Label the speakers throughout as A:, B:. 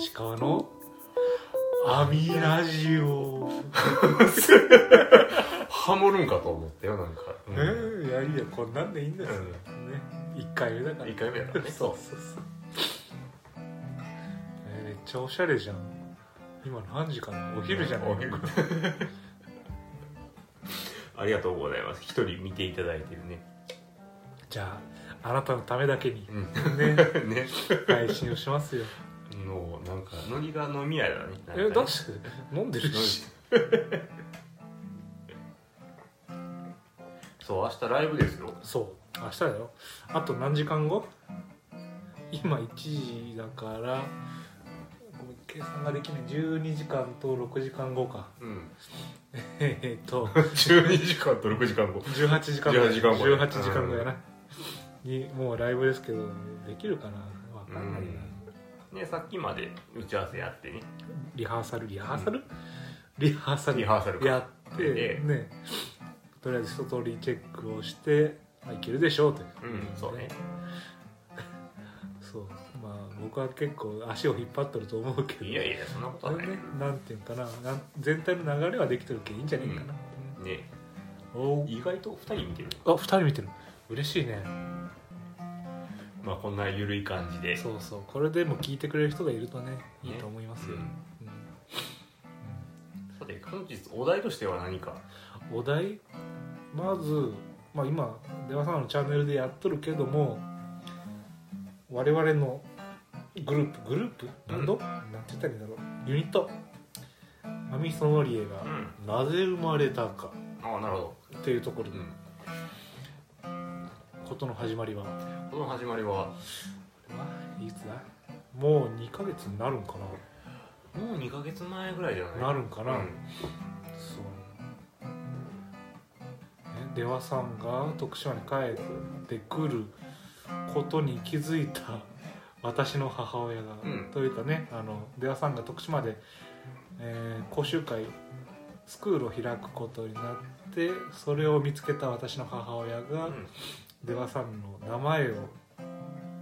A: ちかわのアミラジオ、
B: ハモるんかと思ったよなんか、う
A: うんん、やりやこんなんでいいんですよ、
B: うん
A: ね一回目だから
B: 一回目やからね
A: そうそうそうえーめっちゃおしゃれじゃん今何時かなお昼じゃない
B: お昼 ありがとうございます一人見ていただいてるね
A: じゃああなたのためだけに
B: う
A: ね
B: んね
A: 配信をしますよ
B: もうなんかノリが飲み屋だね なんかね
A: えだし飲んでるし
B: そう明日ライブですよ
A: そう明日だよあと何時間後今1時だからごめん計算ができない12時間と6時間後か
B: うん
A: えーっと
B: 12時間と6時間後
A: 18時間ぐらい
B: 18時間ぐらい
A: 18時間ぐらいな、にもうライブですけどできるかなわかんないな、
B: ねさっきまで打ち合わせやってね
A: リハーサルリハーサル、リハーサル
B: リハーサルか
A: やって
B: で
A: ねとりあえず一通りチェックをしてあいけるでしょうという
B: うんそうね
A: そうまあ僕は結構足を引っ張ってると思うけど
B: いやいやそんなこと
A: こ
B: は
A: れ
B: ない
A: ねなんていうんかななん全体の流れはできてるけいいんじゃないかな、
B: ね
A: お
B: 意外と2人見てる
A: あ二人見てる嬉しいね
B: まあこんなゆるい感じで
A: そうそうこれでも聞いてくれる人がいるとねいい
B: ね
A: と思いますよ、
B: うん
A: うん
B: さて本日お題としては何か
A: お題まず、まあ、今出羽さんのチャンネルでやっとるけども我々のグループグループバンド、なんて言ったらいいんだろうユニットアミソノリエ
B: うん
A: がなぜ生まれたか
B: ああなるほ
A: っていうところ
B: どう
A: で
B: ん
A: ことの始まりは、
B: この始まりは
A: いつだもう2ヶ月になるんか
B: もう2ヶ月前ぐらいじゃない
A: ななるんか
B: か
A: な、
B: うん
A: そうね出羽さんが徳島に帰ってくることに気づいた私の母親が、
B: うん
A: というかねあの出羽さんが徳島で、えー講習会スクールを開くことになってそれを見つけた私の母親が、
B: うん
A: 出羽さんの名前を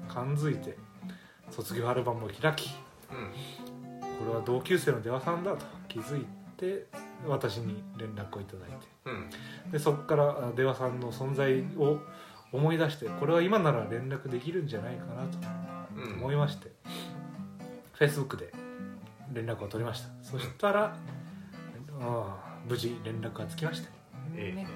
A: 感づいて卒業アルバムを開き
B: うん
A: これは同級生の出羽さんだと気づいて私に連絡をいただいて
B: うん
A: でそこからあ出羽さんの存在を思い出してこれは今なら連絡できるんじゃないかなと
B: うん
A: 思いまして、Facebook で連絡を取りましたそしたら、ああ無事連絡がつきました
B: ええね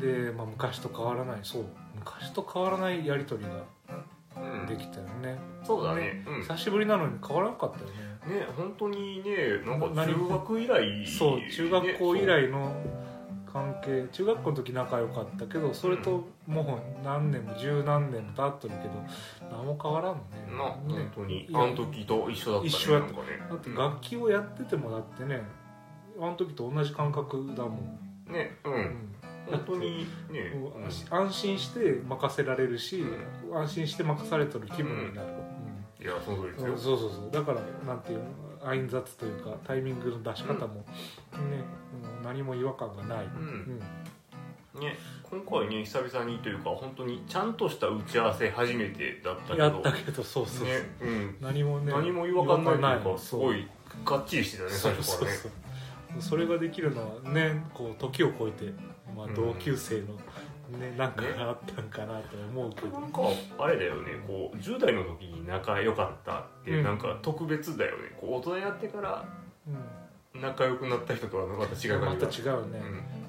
A: で、まあ、昔と変わらないそう昔と変わらないやり取りが
B: うん
A: できたよね、
B: そうだねうん
A: 久しぶりなのに変わらなかったよね
B: ね本当にねなん
A: な
B: か
A: 何
B: 中学以来
A: そう中学校以
B: ね
A: 来の関係中学校の時仲良かったけどそれともう何年も十何年も経ってるけど何も変わらん
B: そうな
A: ね
B: 本当に
A: いや
B: あの時と一緒だったね
A: 一緒やっ
B: な
A: た
B: んかね
A: だって楽器をやっててもだってねあの時と同じ感覚だもん、
B: うんねう
A: うん
B: 本当にね
A: もう
B: うん
A: 安心して任せられるし、安心して任されてる気分になる、
B: いやその通りです
A: うん
B: よ
A: そうそうそうだからなんていうのアイン雑というかタイミングの出し方も、ね、うん何も違和感がない、
B: う
A: うんん
B: ね今回ね久々にというか本当にちゃんとした打ち合わせ初めてだったけど
A: やったけどそうそうそう、
B: ねうん
A: 何もね
B: 何も違和感ないというかすご
A: い
B: いがっちりしてたね
A: そ
B: 最
A: う
B: 初
A: そ
B: か
A: う
B: らね
A: そうそれができるのはねこう時を超えて、まあ、
B: うん
A: 同級生の、ねなんかあったんかなと思うけど、
B: なんかあれだよねこう10代の時に仲良かったって、
A: うん
B: なんか特別だよねこう大人になってから
A: うん
B: 仲良くなった人とはまた違う
A: ま
B: 感じ
A: た
B: が
A: 違うね、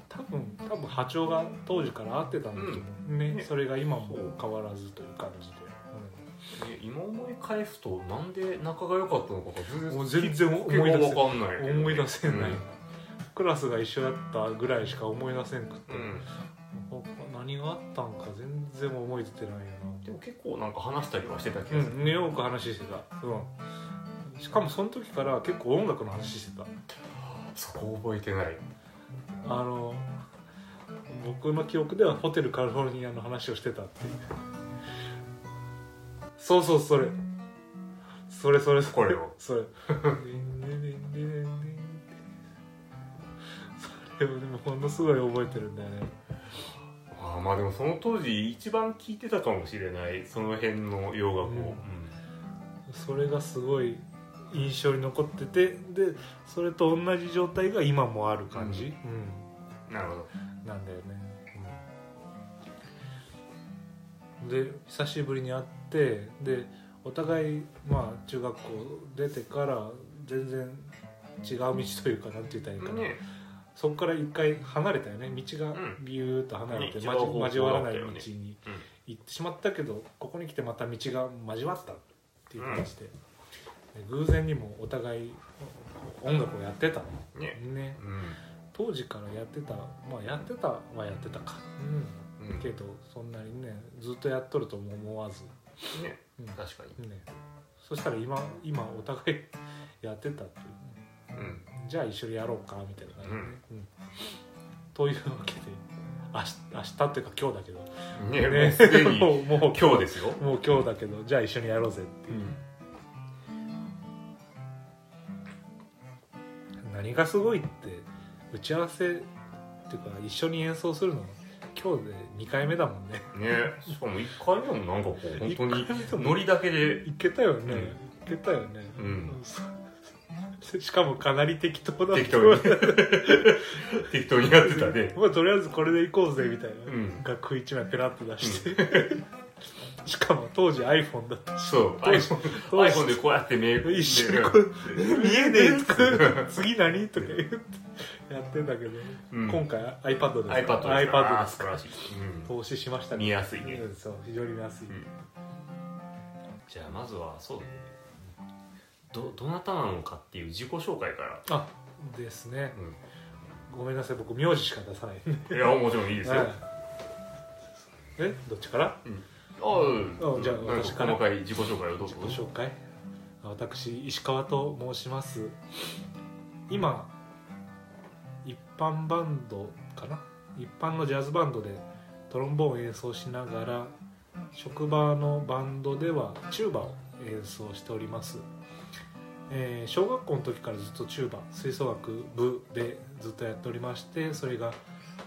A: 多分多分波長が当時から合ってたんだけど、ね
B: ね
A: それが今も
B: そう
A: 変わらずという感じで、
B: うんね今思い返すとなんで仲が良かったのか
A: も
B: が
A: う
B: 全然
A: 全然
B: 思
A: 思い
B: い
A: 出
B: 出
A: せ
B: かんないけどね、
A: 思い出せない、
B: うん
A: クラスが一緒だったぐらいしか思い出せんくて、
B: うん
A: ほ何があったんか全然覚えててないよな
B: でも結構なんか話したりはしてた気
A: う
B: がする、
A: ん、ね、よく話してた、うん、しかもその時から結構音楽の話してた
B: そこ覚えてない
A: あの僕の記憶ではホテルカリフォルニアの話をしてたっていうそうそうそれそれそれそれ
B: これを
A: それそれをでもほんのすごい覚えてるんだよね
B: あーまあでもその当時一番聴いてたかもしれないその辺の洋楽を、
A: うんそれがすごい印象に残っててでそれと同じ状態が今もある感じ、
B: なるほど
A: うんなんだよね、うんで久しぶりに会ってでお互いまあ中学校出てから全然違う道というかなんて言ったらいいかな、
B: ね
A: そこから一回離れたよね道が
B: うん
A: ビューッと離れて、
B: ね
A: 交
B: 違う方向
A: 交わらない
B: だった
A: 道
B: よね
A: に
B: うん
A: 行ってしまったけどここに来てまた道が交わったっていう形で,、で偶然にもお互い音楽をやってたの
B: ね
A: ね
B: う
A: 当時からやってたまあやってたはやってたか、
B: ん
A: う、
B: うんん
A: けどそんなにねずっとやっとるとも思わず、
B: ね
A: うん
B: 確かに
A: ね、そしたら今今お互いやってたっていうね
B: うん
A: じゃあ一緒にやろうかみたいな感じで、ねうんというわけで明日明日っていうか今日だけど、
B: ねも
A: ね
B: うすでに
A: もうもう
B: 今日ですよ
A: もう今日だけどじゃあ一緒にやろうぜっていう、何がすごいって打ち合わせっていうか一緒に演奏するの今日で2回目だもんね
B: ねしかも1回目もなんかこう本当に
A: 一回目でも
B: ノリだけで
A: いけたよね、
B: うん
A: いけたよね、
B: うん
A: そうしかもかなり適当だ
B: 適 当に適当にやってたね
A: まあとりあえずこれでいこうぜみたいな、
B: うん
A: 楽譜1枚ペラッと出して、 しかも当時 iPhone だったし
B: そう iPhone,
A: 当時
B: iPhone でこうやって目
A: 一緒にこう「見えねえ」とか「次何?」とか言ってやってんだけど、
B: うん
A: 今回 iPad
B: iPad
A: ですから
B: ですからあ
A: iPad
B: ー
A: です
B: 素晴らしい、うん
A: 投資しました
B: 見やすいね
A: うんそう非常に見やすい、
B: うんじゃあまずはそうだねどどなたなのかっていう自己紹介から、
A: あですね
B: う
A: ごめんなさい僕名字しか出さない
B: ん、いやもちろんいいですよ、
A: はいえどっちから
B: あ
A: あじゃあ
B: なん
A: 私から
B: この回自己紹介をどうぞ
A: ご紹介私石川と申します今一般バンドかな一般のジャズバンドでトロンボーンを演奏しながら職場のバンドではチューバを演奏しております、えー小学校の時からずっとチューバ吹奏楽部でずっとやっておりましてそれが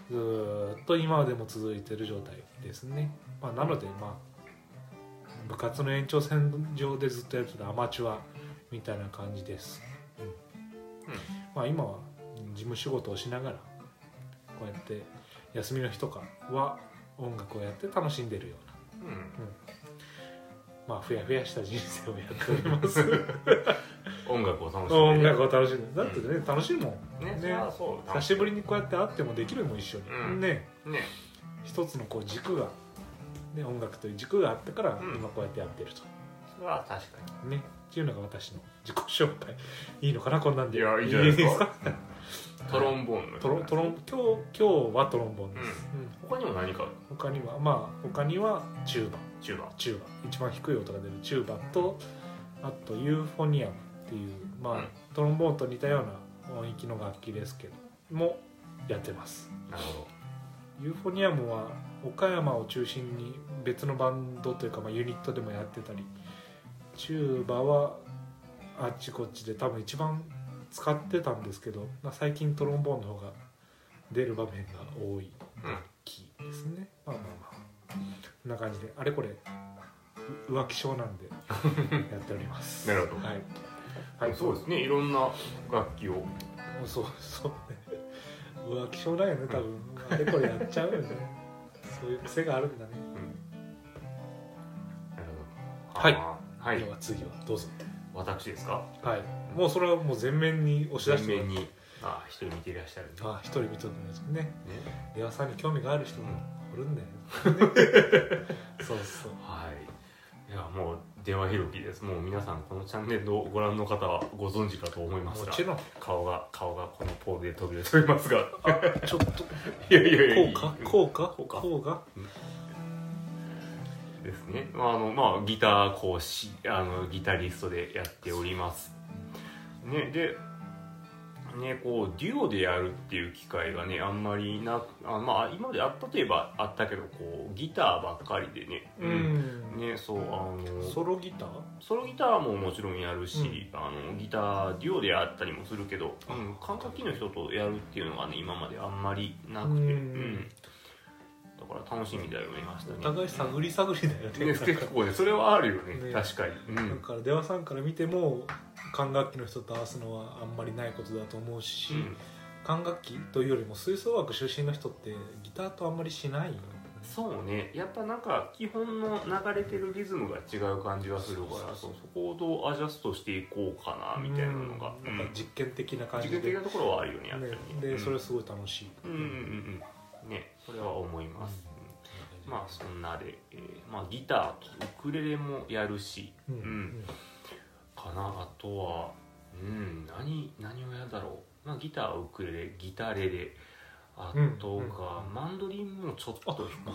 A: ずーっと今までも続いている状態ですね、まあ、なのでまあ部活の延長線上でずっとやってたアマチュアみたいな感じです、うんまあ今は事務仕事をしながらこうやって休みの日とかは音楽をやって楽しんでるような
B: うん
A: まあふやふやした人生をやっております
B: 音楽を楽しんで
A: 音楽を楽しんでだってね楽しいもん
B: ね
A: ね
B: それはそう
A: 久しぶ
B: り
A: りにこうやって会ってもできるもん一緒に、
B: うん
A: ね
B: ね
A: 一つのこう軸が、ね、音楽という軸があったから
B: うん
A: 今こうやってやってると、
B: それは確か
A: ねっていうのが私の自己紹介 いいのかなこんなん
B: に
A: で
B: いやいいじゃないです
A: か
B: かトロンボーンの
A: トロトロン今日今日はトロンボーンです、うん
B: 他にも何か
A: 他にはまあ他にはチューバ
B: チューバ
A: チューバ一番低い音が出るチューバとあとユーフォニアムっていうまあ、
B: うん
A: トロンボーンと似たような音域の楽器ですけどもやってます
B: なるほ
A: ユーフォニアムは岡山を中心に別のバンドというか、まあ、ユニットでもやってたりチューバはあっちこっちで多分一番使ってたんですけど、まあ、最近トロンボーンの方が出る場面が多い
B: どうん
A: キーですねまあまあまあこんな感じであれこれう浮気症なんでやっておりま す
B: なるほど
A: はい、
B: はい、そうですねいろんな楽器を
A: もうそうそうね 浮気症だよね多分あれこれやっちゃうよねそういう癖があるんだねはい
B: あーは
A: で
B: い
A: は次はどうぞ
B: 私ですか
A: はいもうそれはもう全面に押し出して
B: 全面
A: に
B: にあー一人見ていらっしゃるんだ
A: あ一人見とくんですね
B: ね
A: 出羽さんに興味がある人もおるんだよ、 そうそう
B: はいいやもう電話ひろきですもう皆さんこのチャンネルをご覧の方はご存知かと思います
A: も
B: が
A: ちろん
B: 顔が顔がこのポールで飛び出ておりますが
A: ちょっとこ
B: いやいやいや
A: うかこうか
B: こうか
A: こうか
B: うですねまああのまあギター講師あのギタリストでやっておりますねでねこうデュオでやるっていう機会がねあんまりなくあまあ今まであったといえばあったけどこうギターばっかりでね
A: うん
B: ねそうあの
A: ソロギター
B: ソロギターももちろんやるし、あのギターデュオでやったりもするけど、うん、管楽器の人とやるっていうのがね今まであんまりなくて、
A: う
B: うんんだから楽しみだよねました
A: お
B: ね
A: 互い探り探りだよね
B: ね結構ねそれはあるよね
A: ね
B: 確かに、う
A: だ
B: ん、
A: から出羽さんから見ても管楽器の人と合わすのはあんまりないことだと思うし、
B: うん
A: 管楽器というよりも吹奏楽出身の人ってギターとあんまりしないよね
B: そうねやっぱなんか基本の流れてるリズムが違う感じはするからそうそこをどうアジャストしていこうかなみたいなのが、
A: うんなんか実験的な感
B: 自
A: じ
B: 分
A: で、
B: 的
A: ね
B: な、ところはあるよねやっぱりね
A: で
B: うん
A: それはすごい楽しい、
B: うんうんうんうんねそれは思います、
A: う
B: うんまあそんなで、えーまあ、ギターとウクレレもやるし、
A: うん
B: かなあとはうん何何をやるだろう、まあ、ギターウクレレギタレレあとが、マンドリンもちょっと弾くマ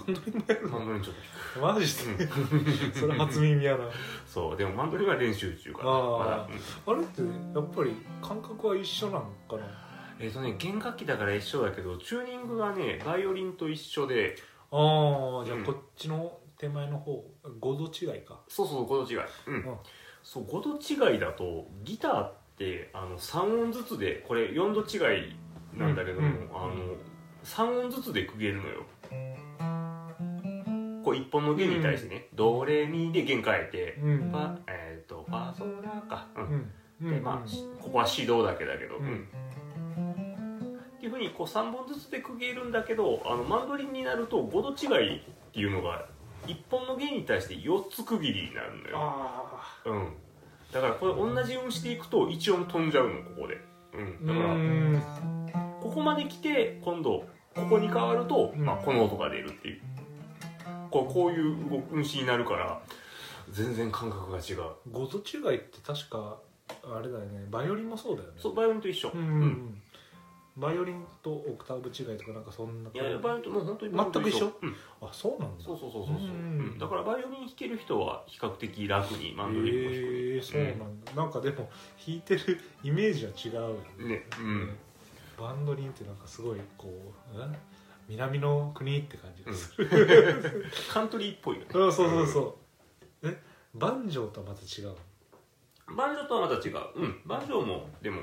B: ンドリンちょっと弾
A: うんマジで
B: く、
A: それ初耳やな
B: そうでもマンドリンは練習中かな
A: あー
B: まだうん
A: あれってやっぱり感覚は一緒なんかな
B: えっ、とね弦楽器だから一緒だけどチューニングがねバイオリンと一緒で
A: ああじゃあ
B: うん
A: こっちの手前の方5度違いか
B: そうそう5度違い、うん
A: うん
B: そう5度違いだとギターってあの3音ずつでこれ4度違いなんだけども、
A: うんうん
B: あの3音ずつで区切るのよこう1本の弦に対してね、ドレミで弦変えて、
A: うん
B: ファえっ、とファソラか、うん
A: うんうん
B: でまあ、しここは指導だけだけど、
A: うん
B: うんっていうふうにこう3本ずつで区切るんだけどあのマンドリンになると5度違いっていうのが1本の弦に対して4つ区切りになるのよ、
A: あ
B: うん、だからこれ同じ音していくと1音飛んじゃうのここで、うん、
A: ー
B: だから
A: うん
B: ここまで来て今度ここに変わると、
A: うん
B: まあ、この音が出るっていうこうこういう動く虫になるから全然感覚が違う
A: 五度違いって確かあれだよねバイオリンもそうだよね
B: そうバイオリンと一緒、
A: うんうんうんバイオリンとオクターブ違いとかなんかそんない
B: やバイオリンともう本当に
A: 全く一緒
B: うん
A: あそうなんだ
B: そうそうそうそうそう
A: うん
B: うんだからバイオリン弾ける人は比較的楽にマンドリンも弾く、
A: へえそうなんだ、なんかでも弾いてるイメージは違うよね
B: ねうん
A: バンドリンってなんかすごいこう、うん南の国って感じがする、
B: カントリーっぽいよね
A: そうそうそうそう、えバンジョーとはまた違う
B: バンジョーとはまた違ううんバンジョーもでも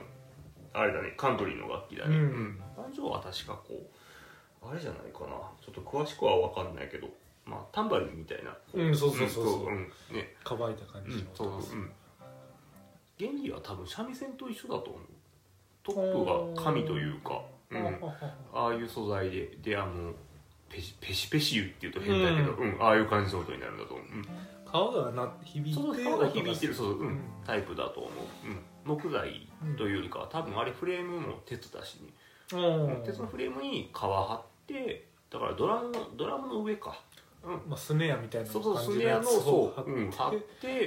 B: あれだねカントリーの楽器だね、
A: うん
B: バンジョーは確かこうあれじゃないかなちょっと詳しくは分かんないけどまあタンバリンみたいな
A: うんそうそうそうそうん
B: んね
A: 乾いた感
B: う
A: じの
B: んそう
A: 音がす
B: う
A: る
B: ん原理は多分三味線と一緒だと思うトップが紙というか、う
A: あ
B: ん、
A: ああ
B: ああいう素材でであのペシペシペシ言っていうと変だけど、うんああいう感じの音になるんだと思う、うん
A: あ皮がな響いて
B: その顔が響いてるそう、うん
A: うん
B: タイプだと思う、うん、木材というよりかは多分あれフレームも鉄だしね、
A: 音がうん
B: 鉄のフレームに皮張ってだからドラムのドラムの上か、うん、
A: まあ、スネアみたいな
B: そうそうス
A: 感じ
B: ネアの
A: やつを
B: そう、
A: 貼
B: うん、張
A: って
B: っ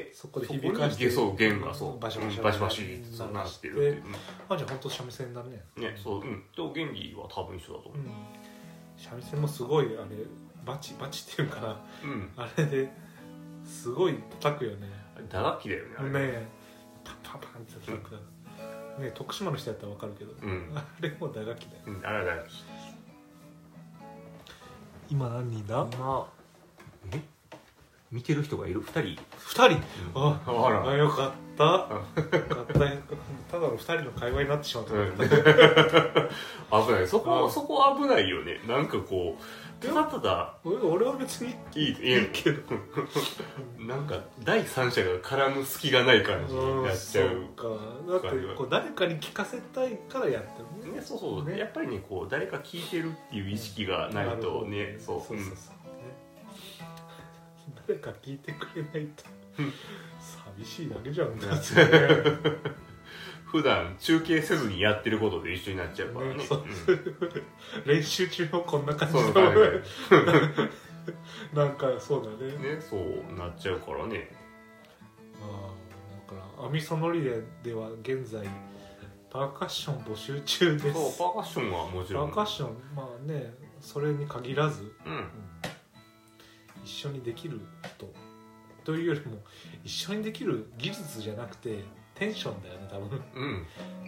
B: て
A: そこで響かして
B: そこにそう弦がそう
A: バシ
B: う
A: ャバシ
B: ん
A: ャ
B: バシバシってそうなってるっていう、
A: あじゃあ本当三味線だね
B: うんねそううんと原理は多分一緒だと思
A: うん三味線もすごいあれバチバチっていうかな
B: う、うん、
A: あれですごい叩くよねね
B: あれ打楽器だよねあれ
A: えパンパンパンって叩くだ、ねえ徳島の人やったらわかるけど、
B: うん
A: あれも打楽器だよ
B: うん、あれは打楽器
A: 今何人だ
B: 今え見てる人がいる2人いる
A: 2人あ
B: あら
A: あよかったよかったただの2人の会話になってしまった、
B: 危ないそこ
A: うん
B: そこ危ないよねなんかこうただただ
A: 俺俺は別に
B: いいいいけどなんか第三者が絡む隙がない感じになっちゃう
A: そうかだってこう誰かに聞かせたいからやってる
B: ね、そうそう、
A: ね
B: やっぱりねこう誰か聞いてるっていう意識がない
A: る
B: と
A: ほど
B: ねそう
A: そうそうそう、ね誰か聞いてくれないと
B: うん
A: 寂しいだけじ ゃん
B: ね
A: だってね
B: うん普段中継せずにやってることで一緒になっちゃうからね
A: ねそ
B: う
A: う
B: ん
A: 練習中もこんな感じ
B: そう
A: の
B: だね
A: なんかそうだね
B: ねそうなっちゃうからね
A: ああだからアミソノリででは現在パーカッション募集中
B: そ
A: で
B: う
A: す
B: パーカッションはもち
A: パ
B: ろん
A: ーカッションまあねそれに限らず
B: うん
A: うん一緒にできる人というよりも一緒にできる技術じゃなくてテンションだよね多分
B: う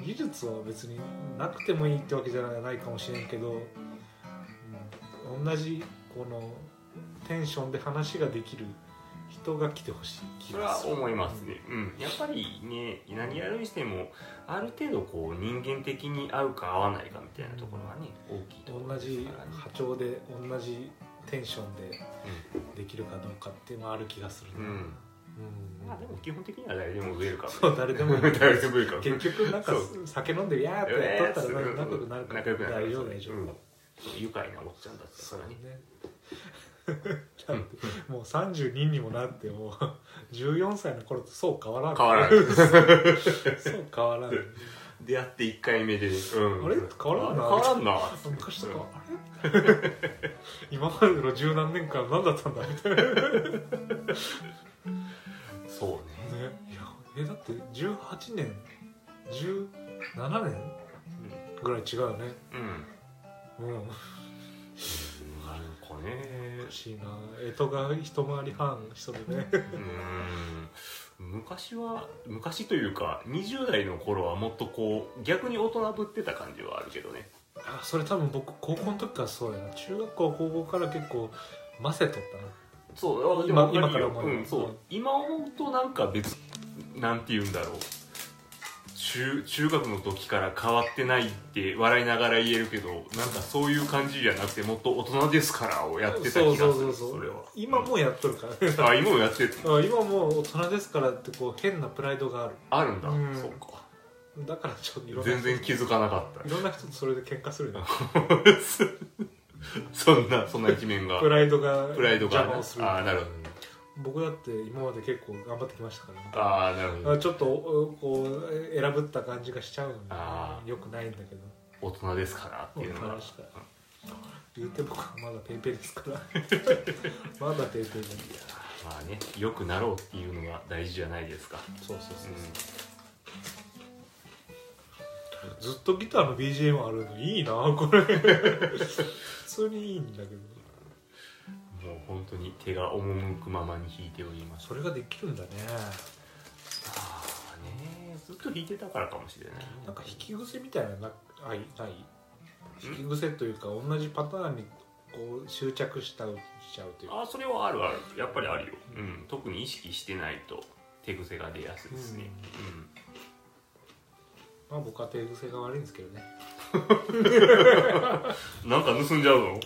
B: ん
A: 技術は別になくてもいいってわけじゃないかもしれんけど、うん同じこのテンションで話ができる人が来てほしい気
B: それ
A: が
B: は
A: する
B: 思いますね、うん、やっぱりね何やるにしてもある程度こう人間的に合うか合わないかみたいなところはね大きいところ
A: 同
B: です
A: じ
B: からね
A: 波長で同じテンションでできるかどうかっていうのはある気がする
B: う
A: な、
B: ん、
A: うん
B: まあでも基本的には誰でもウェルカム
A: そう誰でもいい
B: 誰でもウェルカム
A: 結局なんか
B: そう
A: 酒飲んでビャーってやっとったらなんか仲良くなるから
B: 仲良くなる
A: 大丈夫大丈夫、
B: うんそう愉快なおっちゃんだったからね
A: ね だってもう32にもなってもう14歳の頃とそう変わらん
B: 変わらん
A: そう変わらん
B: 出会って1回目で、うん、
A: あれ変わらんな
B: 変わらんな
A: 昔とかあれ 今までの十何年間何だったんだみたいなね
B: そうね
A: いやえだって18年17年ぐらい違うよね
B: うん、うん、
A: うん
B: なんかね
A: おかしいな干支が一回り半人でね
B: うーん昔は昔というか20代の頃はもっとこう逆に大人ぶってた感じはあるけどね
A: あそれ多分僕高校の時からそうやな中学校高校から結構マセ取ったな
B: そう
A: 今
B: わるよ
A: 今から思えば
B: うん、そう
A: うん
B: 今思うとなんか別なんて言うんだろう中中学の時から変わってないって笑いながら言えるけどなんかそういう感じじゃなくてもっと大人ですからをやってた気がする
A: そうそうそうそう
B: れは
A: 今もうやっとるからね
B: あ今もやってる
A: うん今もう大人ですからってこう変なプライドがある
B: あるんだ、
A: うん
B: そうか
A: だからちょっといろんな
B: 全然気づかなかった
A: いろんな人とそれで喧嘩するよね
B: そんなそんな一面が
A: プライドが
B: プライドが、
A: 邪魔をする
B: ああなるほど
A: 僕だって今まで結構頑張ってきましたからね
B: ああなるほど
A: あちょっとおこう選ぶった感じがしちゃう
B: あ
A: のよよくないんだけど
B: 大人ですからっていうのが
A: 大人ですから言うて僕はまだペイペイですから まだペイペイだ
B: まあね良くなろうっていうのが大事じゃないですか、
A: そうそうそうう、
B: ん、
A: ずっとギターの BGM あるのいいなこれ普通にいいんだけど
B: もう本当に手が赴くままに弾いております
A: それができるんだね
B: ああねずっと弾いてたからかもしれないね
A: なんか弾き癖みたいなのなないない弾き癖というか同じパターンにこう執着したしちゃうというか
B: ああそれはあるあるやっぱりあるよ、うん、特に意識してないと手癖が出やすいですね、
A: まあ僕は手癖が悪いんですけどね
B: うんなんか盗んじゃうの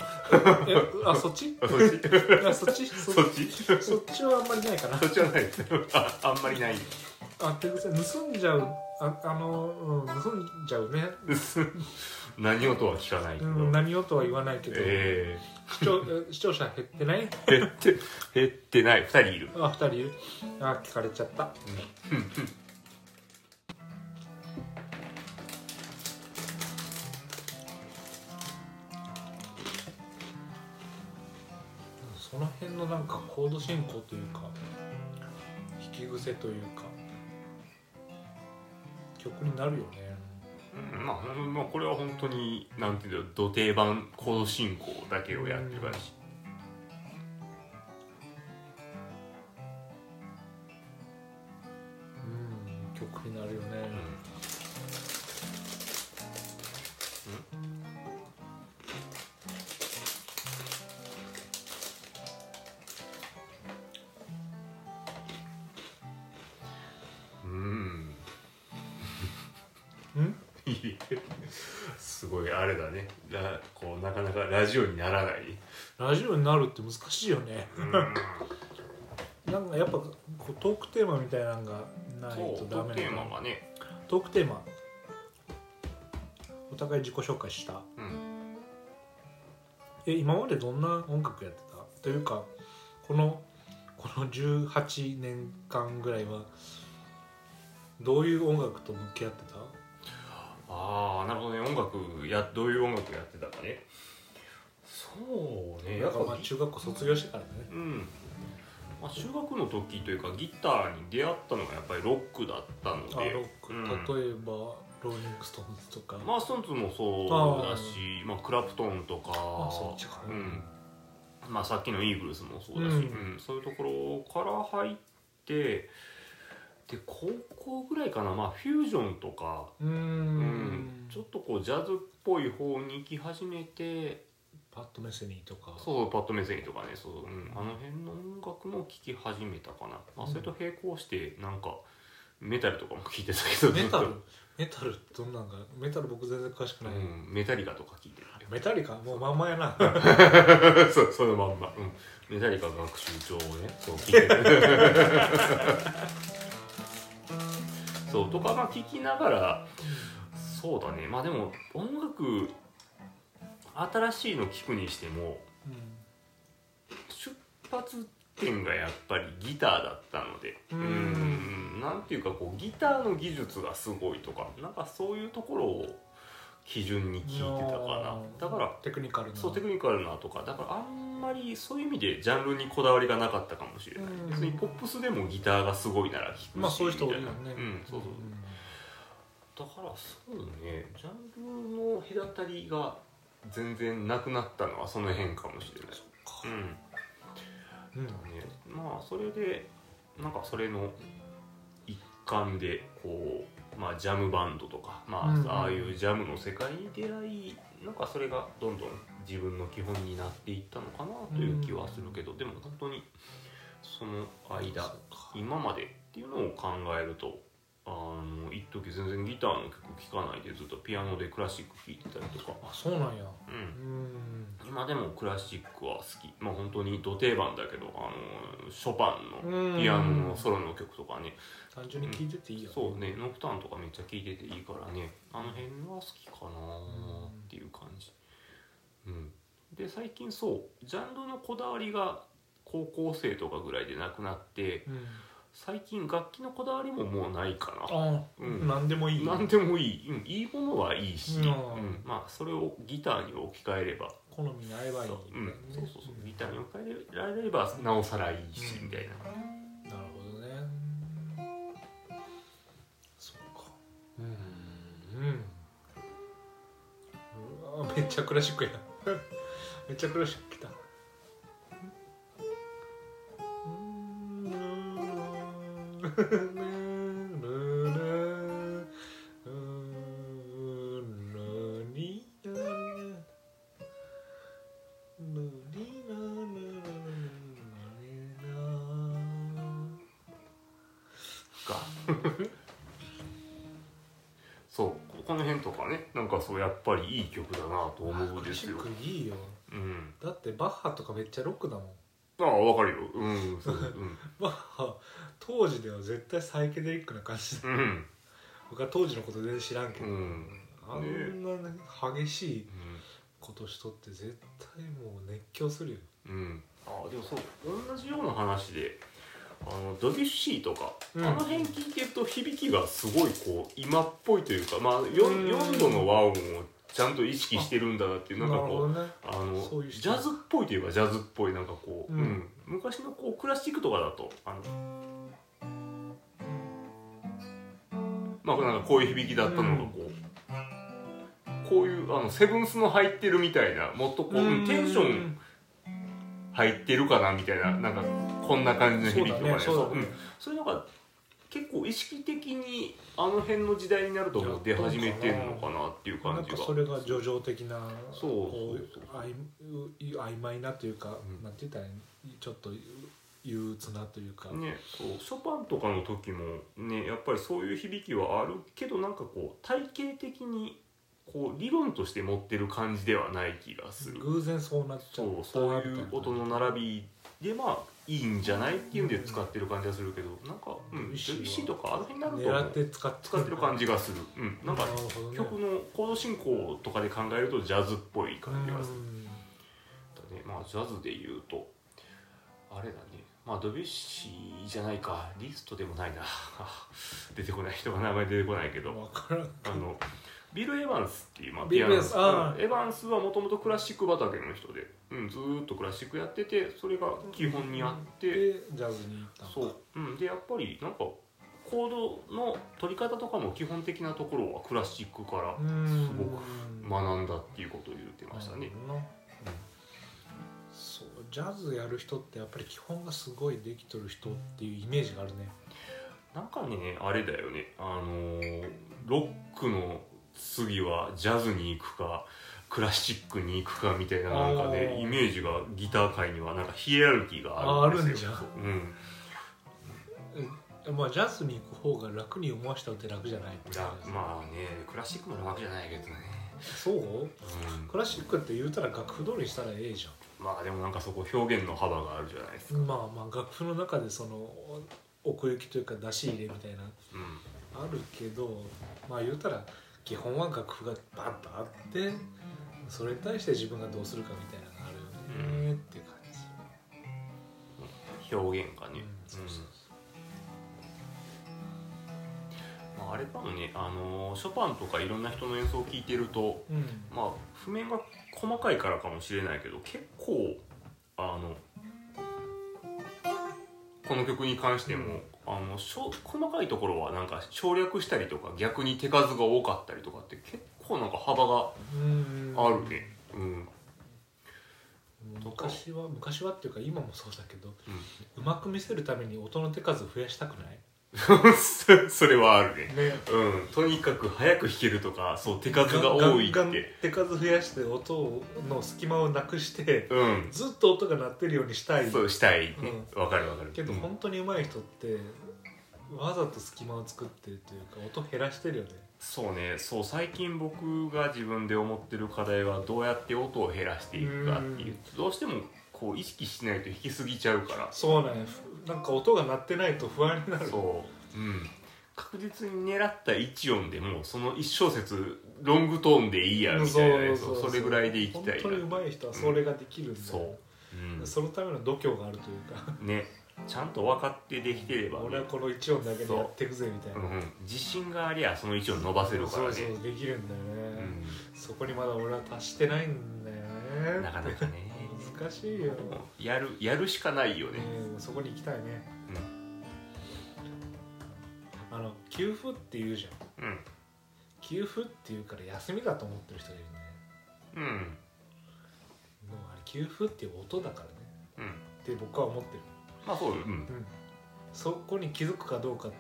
A: えあそっち
B: あそっち
A: あそっち そ
B: そっちそ
A: そっちはあんまりないかな
B: っちはない ああんまりない
A: あ手癖盗んじゃうああの、うん、盗んじゃうね、
B: 何音は聞かないけ
A: う
B: ど、
A: ん、何をとは言わないけど、
B: え
A: 視聴え視聴者減ってない
B: え減って減ってない2人いる
A: あ二人いるあ聞かれちゃったその辺のなんかコード進行というか弾き癖というか曲になるよね
B: うんまあ、ほんまあこれは本当になんていうの土定番コード進行だけをやってる感じ、
A: うん曲になるよね、
B: うん
A: うん
B: いいすごいあれだねラこうなかなかラジオにならない、
A: ラジオになるって難しいよね
B: うん、
A: なんかやっぱこうトークテーマみたいなのがない
B: そ
A: と
B: う
A: ダ
B: トー
A: メ
B: クテ
A: な
B: ー
A: の
B: マがね、
A: トークテーマお互い自己紹介した
B: うん、
A: え今までどんな音楽やってたというかこのこの18年間ぐらいはどういう音楽と向き合ってた
B: ああなるほどね音楽やどういう音楽やってたかねそうね
A: なんかまあ中学校卒業してからね
B: うん、まあ、中学の時というかギターに出会ったのがやっぱりロックだったの
A: あ
B: で
A: ロック、
B: うん
A: 例えばローリング・ストーンズとか、
B: まあストーンズもそうだしまあ、クラプトンとか
A: あそっちか
B: うんまあ、さっきのイーグルスもそうだし、
A: う
B: うんんそういうところから入ってで高校ぐらいかな、まあ、フュージョンとか、
A: うーん
B: うんちょっとこうジャズっぽい方に行き始めて
A: パッド・メセニーとか
B: そうパッド・メセニとかねそう、うん、あの辺の音楽も聴き始めたかな、まあ、それと並行してなんかメタルとかも聴いてたけど
A: メタル
B: ずっと
A: メタルってどんなんかメタル僕全然詳しく
B: う
A: ない、
B: ん、メタリカとか聴いてる
A: メタリカもうまんまやな
B: そうそのまんま、うん、メタリカ学習帳をねそう聞いて るそうとかまあ聞きながらそうだねまあでも音楽新しいの聞くにしても
A: う
B: 出発点がやっぱりギターだったので
A: うん
B: んなんていうかこうギターの技術がすごいとかなんかそういうところを基準に聞いてたか
A: い
B: な
A: やー
B: だから
A: んテクニカルな
B: そうテクニカルなとかだからあんまりそういう意味でジャンルにこだわりがなかったかもしれない、
A: うん
B: 別にポップスでもギターがすごいなら聴くし
A: まあそういう人多いよね
B: みたなうんそうそう、だからそうねジャンルの隔たりが全然なくなったのはその辺かもしれないうん
A: うんうん
B: ね、まあそれでなんかそれの一環でこう、まあ、ジャムバンドとか、ま
A: うん
B: あ、ああいうジャムの世界に出会いなんかそれがどんどん自分の基本になっていったのかなという気はするけど、でも本当にその
A: そう
B: 間今までっていうのを考えると。あの一時全然ギターの曲聴かないでずっとピアノでクラシック聴いてたりとか、
A: あそうなんや
B: うん
A: う、ん
B: 今でもクラシックは好きまあ本当にど定番だけどあのショパンのピアノのソロの曲とかね
A: 単純に聞いてていいよね
B: そうねノクターンとかめっちゃ聴いてていいからねあの辺は好きかなっていう感じうんで最近そうジャンルのこだわりが高校生とかぐらいでなくなって
A: うん
B: 最近楽器のこだわりももうないかな
A: あ
B: うん
A: 何でもいい
B: 何でもいい、うん、いいものはいいし、うん
A: う
B: んまあそれをギターに置き換えれば
A: 好みに合えばいい
B: そう,、うん
A: みた
B: そ
A: い、な
B: う
A: ね
B: そうそうギターに置かえられればなおさらいいし、
A: うん
B: みたいな
A: なるほどねそうかうんうわめっちゃクラシックやめっちゃクラシックきた
B: か そうここの辺とかねなんかそうやっぱりいい曲だなと思うん
A: クラ
B: で
A: シ
B: す
A: ッ
B: よ
A: クいいよ
B: うん
A: だってバッハとかめっちゃロックだもん
B: ああわかるようん そううん
A: バッハ当時では絶対サイケデリックな感 じだ
B: うん
A: 僕は当時のこと全然知らんけど、
B: うん
A: あんなね激しい
B: うん
A: ことしとって絶対もう熱狂するよ
B: うん、あでもそう同じような話であのドビュッシーとか、
A: うん
B: あの辺聞いてると響きがすごいこう今っぽいというか、まあ、
A: うん
B: 4, 4度の和音をちゃんと意識してるんだなっていうなんかこう
A: どね
B: あの
A: そういう
B: ジ
A: 人
B: ャズっぽいといえばジャズっぽいなんかこう、
A: うん
B: うん昔のこうクラシックとかだとあのまあなんかこういう響きだったのがこう、こういうあのセブンスの入ってるみたいなもっとこう、うんテンション入ってるかなみたいななんかこんな感じの響きとかね
A: そうだねそ
B: んそう
A: うだね
B: いうのが結構意識的にあの辺の時代になるともう出始めてるのかなっていう
A: な
B: 感
A: ん
B: じ
A: か
B: が
A: それが叙情的な
B: そう
A: こ
B: そうそう
A: あいう曖昧なというか、
B: うん
A: なんて言ったらいいちょっと憂鬱なというか、
B: ね、そうショパンとかの時もねやっぱりそういう響きはあるけどなんかこう体系的にこう理論として持ってる感じではない気がする
A: 偶然そうなっちゃ
B: そう
A: った
B: そういう音
A: み
B: の並びでまあいいんじゃないっていうんで使ってる感じがするけどなんかうん
A: 美味しいわ
B: C とかあの辺にな
A: たい
B: る
A: な
B: とも
A: 狙っ
B: う
A: て使って
B: 使ってる感じがするうんなんか
A: るほどね
B: 曲のコード進行とかで考えるとジャズっぽい感じがする
A: うん
B: だねまあジャズで言うとあれだねまあドビュッシーじゃないかリストでもないな 出てこない人が名前出てこないけど
A: わからん
B: あのビル・エヴァンスっていう、まあ、
A: ビ
B: ピ
A: ル
B: アノ
A: エヴァンスああ
B: うんエヴァンスはもともとクラシック畑の人で、うん、ずーっとクラシックやっててそれが基本にあって、
A: でジャズに行ったのか
B: そう、うん、でやっぱりなんかコードの取り方とかも基本的なところはクラシックから
A: うん
B: すごく学んだっていうことを言ってましたね、
A: なるほどなそうジャズやる人ってやっぱり基本がすごいできとる人っていうイメージがあるね
B: なんかねあれだよねあのーロックの次はジャズに行くかクラシックに行くかみたいななんか
A: あ
B: ね
A: ー
B: イメージがギター界にはなんかヒエラルキーがあるんですよ
A: あーあ
B: うん
A: まあジャズに行く方が楽に思わせたって楽じゃないって
B: じゃあまあねクラシックも楽じゃないけどね
A: そう
B: うん
A: クラシックって言うたら楽譜通りにしたらええじ
B: まあでもなんかそこ表現の幅があるじゃないです
A: ゃ
B: か、
A: んまあまあ楽譜の中でその奥行きというか出し入れみたいな
B: うん、
A: あるけどまあ言うたら基本は楽譜がバンとあってそれに対して自分がどうするかみたいなのがあるよねっていう感じ、
B: 表現がね、
A: うんそうそうそう
B: まあ、あれかもね、あのーショパンとかいろんな人の演奏を聴いてると、
A: うん
B: まあ、譜面が細かいからかもしれないけど結構あのこの曲に関しても、あのしょ細かいところはなんか省略したりとか逆に手数が多かったりとかって結構なんか幅が
A: うん
B: あるね。うんうん
A: 昔は昔はっていうか今もそうだけどうまく見せるために音の手数増やしたくない
B: そ それはあるね。
A: ね
B: うん、とにかく早く弾けるとかそう手数が多いっ
A: ガンガン
B: て。
A: 手数増やして音の隙間をなくして
B: うん
A: ずっと音が鳴ってるようにしたい
B: そうしたいねわ、かるわかる
A: けど
B: うん
A: 本当に上手い人ってわざと隙間を作ってるというか音減らしてるよね
B: そうねそう最近僕が自分で思ってる課題はどうやって音を減らしていくかっていう
A: うん
B: どうしてもこう意識しないと弾きすぎちゃうから
A: そうなんやふなんか音が鳴ってないと不安になる
B: そう、うん、確実に狙った1音でもうその1小節ロングトーンでいいやみたいなねそうそれぐらいでいきたいな
A: 本当に上手い人はそれができるんだよ
B: そう、うん
A: そのための度胸があるというか
B: ねちゃんと分かってできてれば、ね
A: 俺はこの1音だけでやってくぜみたいな
B: うんうん、自信がありゃその1音伸ばせるからね
A: そうそうできるんだよね、
B: う
A: そこにまだ俺は達してないんだよね
B: ん、なかなかね
A: 難しいよ、
B: もうやるやるしかないよね、
A: うんそこに行きたいねあの給付って言うじゃん
B: うん
A: 給付って言うから休みだと思ってる人がいるね
B: うん
A: でもあれ給付っていう音だからね
B: うん
A: って僕は思ってる、
B: まあそううん
A: うん、そこに気づくかどうかって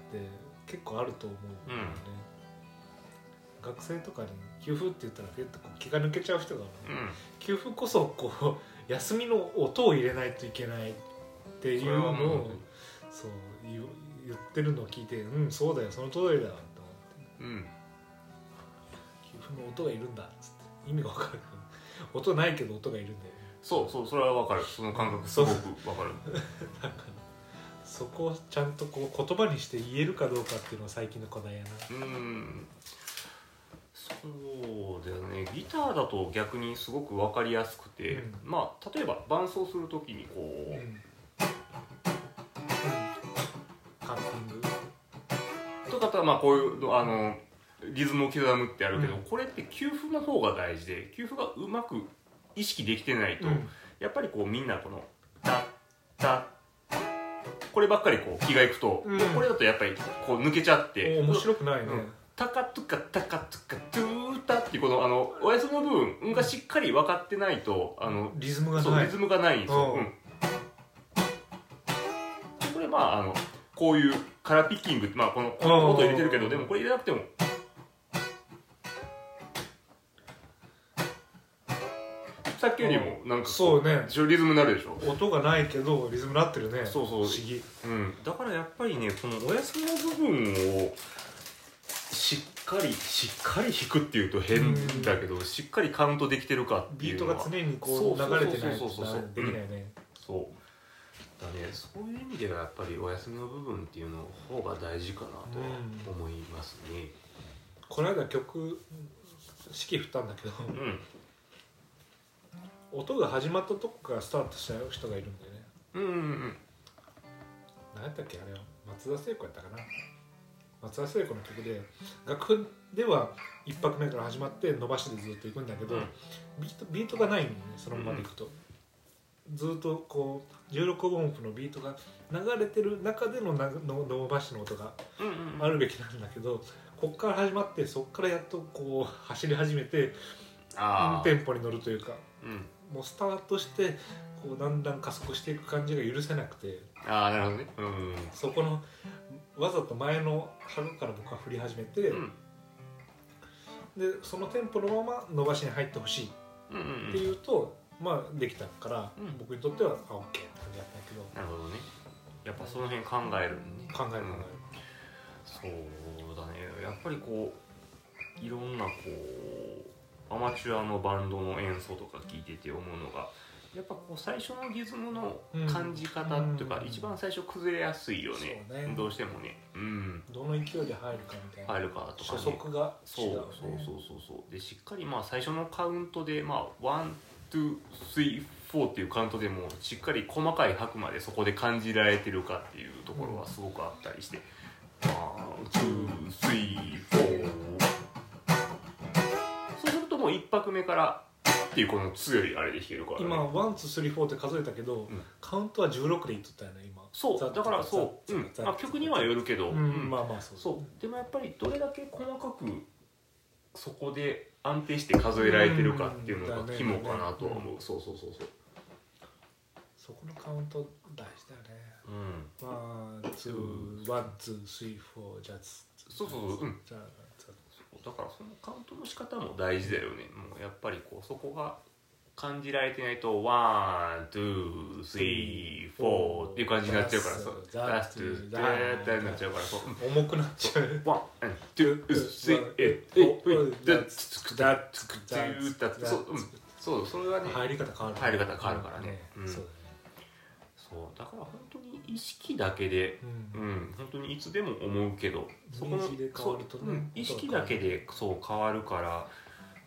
A: 結構あると思うんだよね、学生とかに給付って言ったら結構気が抜けちゃう人が多いね
B: うん
A: 給付こそこう休みの音を入れないといけないってい
B: それ
A: うの
B: はも
A: をそう言う言ってるのを聞いてうんそうだよその通りだよと思っ
B: うん
A: て給付の音がいるんだっつって意味が分かる音ないけど音がいるんだよね
B: そうそうそれはわかるその感覚すごくわかる
A: だからそこをちゃんとこう言葉にして言えるかどうかっていうのは最近の課題やな
B: うんそうだよねギターだと逆にすごくわかりやすくて、
A: うん
B: まあ例えば伴奏するときにこ
A: うん、
B: う、
A: うん、カッティング
B: とかとはまあこういうのあのリズムを刻むってあるけど、
A: うん
B: これって給付の方が大事で給付がうまく意識できてないと、やっぱりこうみんなこの「タッタッ」こればっかりこう気がいくと、
A: うん
B: これだとやっぱりこう抜けちゃって
A: お面白くないね、
B: うんタカトゥカタカトゥカトゥータっていうこのあのおやつの部分がしっかり分かってないとあの
A: リズムが
B: そう
A: ない
B: リズムがないんですよ、
A: うん
B: うんこれまああのこういうカラーピッキングってまあこのこの音入れてるけ
A: う
B: ど
A: ん
B: でもこれ入れなくてもさっきよりもなんか
A: そうね
B: 一応リズムになるでしょ
A: 音がないけどリズムなってるね
B: そうそう
A: 不思議
B: うん、だからやっぱりねこのお休みの部分をしっかりしっかり弾くっていうと変だけど、しっかりカウントできてるかって
A: ビ
B: い
A: ー
B: う
A: ト
B: のは
A: が常にこう
B: そうそう
A: 流れてないと
B: そうそうそうそう
A: できないね
B: そうだねそういう意味ではやっぱりお休みの部分っていうの方が大事かなとは思いますね
A: この間曲指揮振ったんだけど
B: うん、
A: 音が始まったとこからスタートした人がいるんだよね
B: うん、うんうん
A: 何やったっけあれは松田聖子やったかな松田聖子の曲で楽譜では一拍目から始まって伸ばしでずっといくんだけど、
B: うん
A: ビートビートがないのねそのままでいくと、ずっとこう16音符のビートが流れてる中でのなの伸ばしの音が
B: うんうん
A: あるべきなんだけどこっから始まってそっからやっとこう走り始めて
B: あー
A: テンポに乗るというか
B: うん
A: もうスタートしてこうだんだん加速していく感じが許せなくて
B: あーなるほどねうんうん
A: そこのわざと前の春から僕は振り始めて、
B: うん
A: でそのテンポのまま伸ばしに入ってほしい
B: うんうん
A: っていうと、まあできたから、
B: うん
A: 僕にとってはあ OK って感じだったけど
B: なるほどねやっぱその辺考えるね
A: 考える考える、
B: うんそうだねやっぱりこういろんなこうアマチュアのバンドの演奏とか聞いてて思うのがやっぱこう最初のリズムの感じ方っていうか、
A: うん
B: 一番最初崩れやすいよね,、
A: そうね
B: どうしてもねうん
A: どの勢いで入るかみたいな、
B: 入るかとか
A: 初
B: ね
A: 速が
B: そう
A: 違う,、ね、
B: そうそうそうそうでしっかりまあ最初のカウントでまあワンツースリーフォーっていうカウントでもしっかり細かい拍までそこで感じられてるかっていうところはすごくあったりしてワンツースリーフォーそうするともう一拍目からっていうこの強いあれで弾けるからね、
A: 今ワンツースリーフォーって数えたけど、
B: ん
A: カウントは16でいっとったよね今
B: そうだからそう、うんまあ、曲にはよ
A: る
B: るけど、
A: うん、
B: うん
A: まあまあそう
B: そうでもやっぱりどれだけ細かくそこで安定して数えられてるかっていうの
A: うんだ
B: が
A: ね
B: 肝かなとは思う、そうそうそうそう
A: そこのカウント大事だよね
B: うん
A: ワンツーワンツースリーフォーじゃあつ
B: そうそうそううん
A: じゃあつ
B: だからそのカウントの仕方も大事だよねもうやっぱりこうそこが感じられてないとワン・ツー・スリー・フォーっていう感じになっちゃうからそう
A: ザ
B: ラストゥーザーってなっちゃうからそううん
A: 重くなっちゃう
B: ワン・ツー・スリー・エッド・ダッツ・クダッツ・クダッツ・ダッツそううんそうそれがね
A: 入り方変わる
B: 入り方変わるからねうん
A: そう
B: そうだから本当に意識だけで
A: だね
B: う
A: うん
B: ん本当にいつでも思うけどそこの
A: イメージで変わるとね
B: そううん意識だけでそう変わるから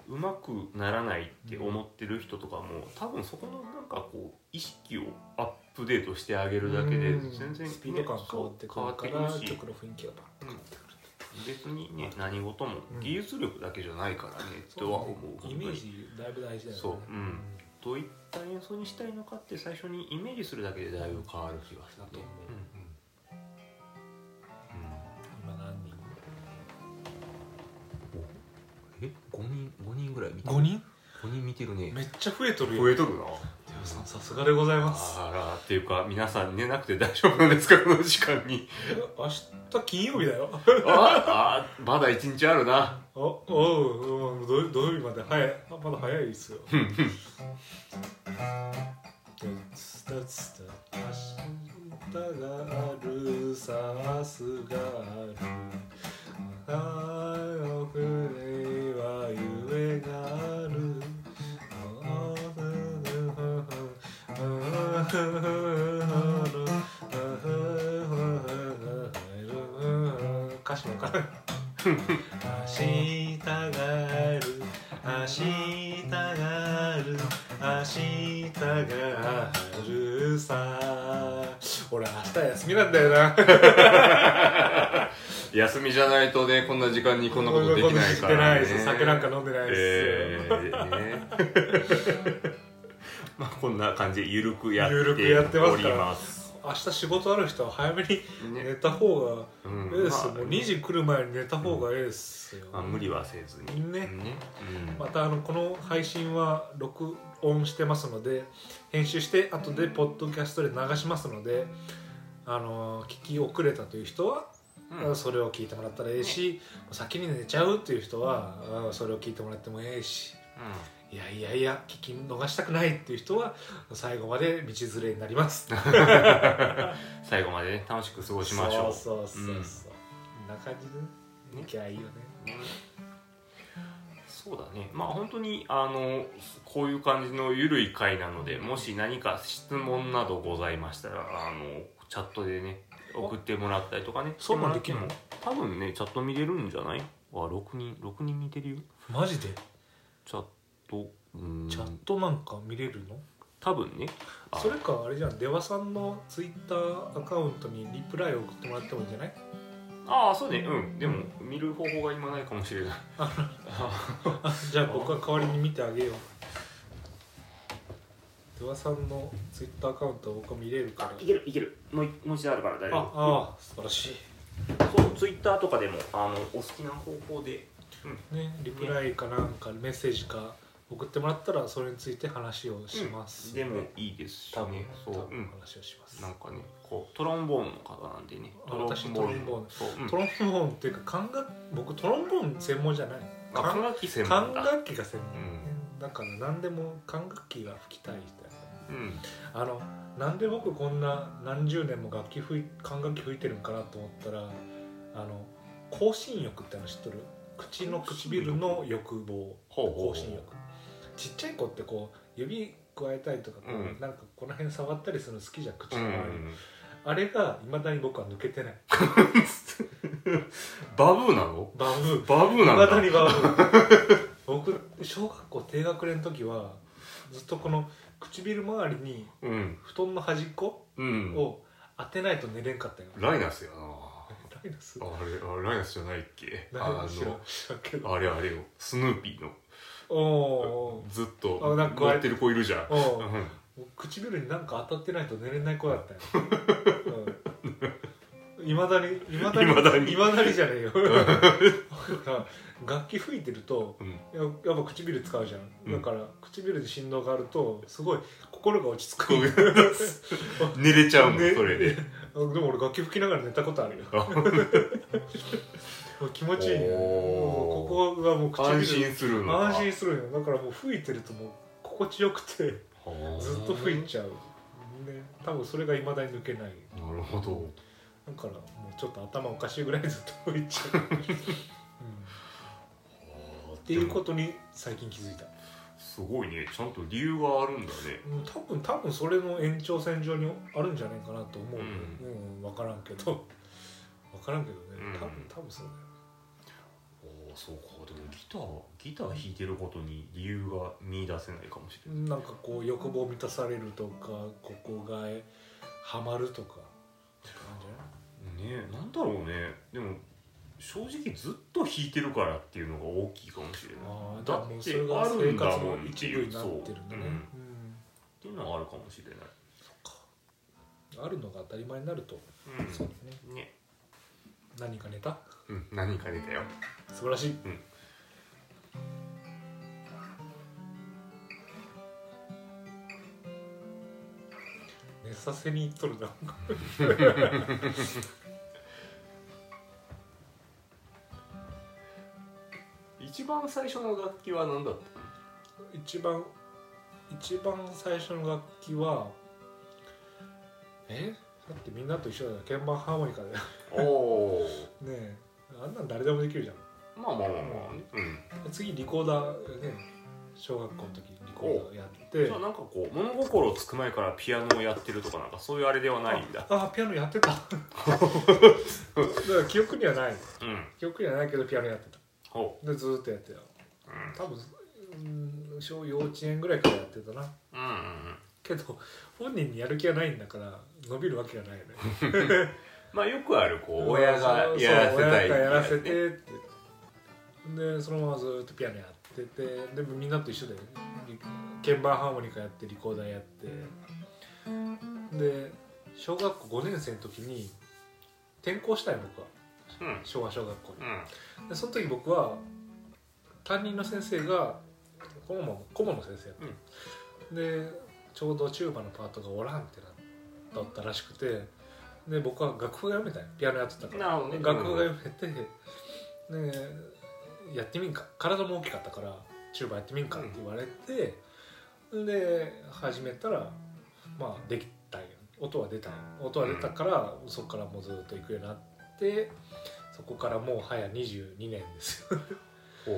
B: うまくならないって思ってる人とかも多分そこのなんかこう意識をアップデートしてあげるだけで
A: うん
B: 全然、ね、
A: スピード感変わって
B: そう変わってく
A: くるから
B: るし
A: 曲の雰囲気がバッと変わってくる
B: 別にね何事も
A: うん
B: 技術力だけじゃないからねとは思う
A: イメー
B: 本
A: ジだいぶ大事だよね
B: そううん当にどういった演奏にしたいのかって最初にイメージするだけでだいぶ変わる気がしたと思う。うんうん
A: 今何人
B: え五人五人ぐらい見てる
A: 5人
B: 五人見てるね
A: めっちゃ増えとるよ
B: 増えとるな
A: テオさんさすがでございます
B: あらっていうか皆さん寝なくて大丈夫なんですかこの時間 に
A: 明日金曜日だよ
B: ああまだ一日あるな
A: あおううん土土曜日まで早いあまだ早いですよ明日があるさ明日がある早くには夢がある歌詞わかる明日がある明日がある明日があるさ俺明日休みなんだよな
B: 休みじゃないとねこんな時間にこんなことできないから、ね、
A: こんなことしてないです酒なんか飲んでないです
B: えーね まあこんな感じでゆるくやって
A: ゆるくやってま
B: お
A: すから
B: ります
A: 明日仕事ある人は早めに
B: ね
A: 寝た方が
B: うん
A: ええです、
B: まあ
A: もう2時来る前に寝た方がええですよ、
B: まあ無理はせずに
A: ね
B: うん
A: またあのこの配信は録音してますので編集して後でポッドキャストで流しますのであの聞き遅れたという人は
B: うん
A: それを聞いてもらったらええし先に寝ちゃうっていう人はうんそれを聞いてもらってもええしいやいやいや聞き逃したくないっていう人は最後まで道連れになります
B: 最後までね楽しく過ごしましょう
A: そうそうそうそう、
B: うん
A: こんな感じでね
B: ね
A: 行きゃいいよね
B: そうだねまあ本当にあのこういう感じの緩い回なのでもし何か質問などございましたらあのチャットでね送ってもらったりとかね
A: そんなんできん
B: も
A: の
B: 多分ねチャット見れるんじゃないあ6人6人見てるよ
A: マジで
B: チャットうん
A: チャットなんか見れるの、
B: 多分ねあ
A: それかあれじゃん出羽さんのツイッターアカウントにリプライを送ってもらってもいいんじゃ ない
B: ああそうねうんでも見る方法が今ないかもしれない
A: あじゃあ僕は代わりに見てあげよう出羽さんのツイッターアカウントは僕は見れるから
B: けるいけるもうもう一度あるから大
A: ああ素晴らし
B: そうツイッターとかでもあのお好きな方法で
A: いねリプライかなんかメッセージか送ってもらったらそれについて話をします、
B: でもいいですし
A: 多分
B: ねそう、
A: 多
B: う
A: 分
B: ん、
A: 話をします、
B: なんかねこうトロンボーンの方なんでね
A: あ私トロンボーン
B: そう、うん、
A: トロンボーンっていうか管楽僕トロンボーン専門じゃない
B: あ管
A: 管
B: 楽器専門
A: 管
B: だ
A: 楽器が専門、
B: う
A: だから何でも管楽器が吹きたい人や
B: うん
A: からあのなんで僕こんな何十年も楽器吹い管楽器吹いてるんかなと思ったらあの香辛浴っての知っとる口の唇の欲望
B: ほうほうほう
A: 更新欲ちっちゃい子ってこう指加えたりとかこ
B: う
A: う、
B: ん
A: なんかこの辺触ったりするの好きじゃん口
B: う
A: の周り、
B: ん、
A: あれがいまだに僕は抜けてない
B: バブーなの
A: バブー
B: バブー
A: い
B: な
A: まだに
B: んだ
A: バブー僕小学校低学年の時はずっとこの唇周りに
B: うん
A: 布団の端っこ
B: うん
A: を当てないと寝れんかったよ、
B: ライナスやな
A: ライナス
B: あれあライナスじゃないっけ
A: ライ
B: あ
A: ナス知らん知らんけど
B: のあれあれよスヌーピーの
A: おお
B: ずっと
A: あなんか
B: 乗ってる子いるじゃん
A: お
B: う
A: お
B: ん
A: 唇になんか当たってないと寝れない子だったよいまだにいまだに
B: 未だに
A: 未だにじゃねえよ 楽器吹いてると
B: うん
A: ややっぱ唇使うじゃん、
B: うん
A: だから唇で振動があるとすごい心が落ち着く
B: 寝れちゃうもん
A: ね
B: それで
A: でも俺楽器吹きながら寝たことあるよ
B: あ
A: もう 気持ちいいね
B: おー
A: もうここがもう唇
B: 安心するのか
A: 安心するよだからもう吹いてるともう心地よくて
B: はあ
A: ずっと吹いちゃうね多分それがいまだに抜けない
B: なるほど
A: だからもうちょっと頭おかしいぐらいずっと吹いちゃう、うん、っ
B: って
A: いうこととに最近気づいた
B: すごいねちゃんと理由があるんだね
A: うん多分多分それの延長線上にあるんじゃないかなと思う、
B: うん
A: うん分からんけど分からんけど
B: うん
A: ね多分多分そうだよ
B: おーそうかでもギターギター弾いてることに理由が見出せないかもしれない
A: なんかこう欲望満たされるとかここがハマるとかなんじゃない
B: ねえなんだろうねでも正直ずっと弾いてるからっていうのが大きいかもしれない
A: あー
B: だ
A: だからもうそれが
B: ってある
A: 生
B: んだ
A: 活
B: も
A: の
B: んって
A: 一
B: い
A: 部
B: う
A: になってるんだ
B: そ
A: ね
B: ううんっていうのはあるかもしれない
A: うんあるのが当たり前になると、
B: うん
A: そうだね
B: ね
A: 何かネタ
B: うん何か出たよ
A: 素晴らしい寝させにいっとるな
B: 一番最初の楽器は何だった
A: 一番一番最初の楽器はえだってみんなと一緒だよ鍵盤ハーモニカだよね
B: のおお
A: えあんなん誰でもできるじゃん
B: まあまあまあまあねうん
A: 次リコーダーね小学校の時リコーダーやって
B: じゃあなんかこう物心つく前からピアノをやってるとかなんかそういうあれではないんだ
A: ああピアノやってただから記憶にはない
B: うん
A: 記憶にはないけどピアノやってた
B: ほ
A: でずーっとやってた
B: ううん
A: 多分うん小幼稚園ぐらいからやってたな
B: うんうんうん
A: けど本人にやる気がないんだから伸びるわけがないよね
B: まあよくあるこう
A: うん
B: 親が
A: そう
B: やらせたい
A: そう親がやらせ
B: ね
A: てってでそのままずーっとピアノやっててでもみんなと一緒だよねリ鍵盤ハーモニカやってリコーダーやってで小学校5年生の時に転校したい僕は
B: うんうん
A: 昭和小学校にでその時僕は担任の先生が顧問顧問の先生やって、でちょうどチューバのパートがおらんってなったらしくてで僕は楽譜が読めたよピアノやってたから
B: なるほどね
A: 楽譜が読めて、ねやってみんか体も大きかったからチューバやってみんかって言われて、で始めたらまあできたんよ音は出たんよ音は出たから、そこからもうずっと行くようになってそこからもう早22年ですよ
B: ほ
A: う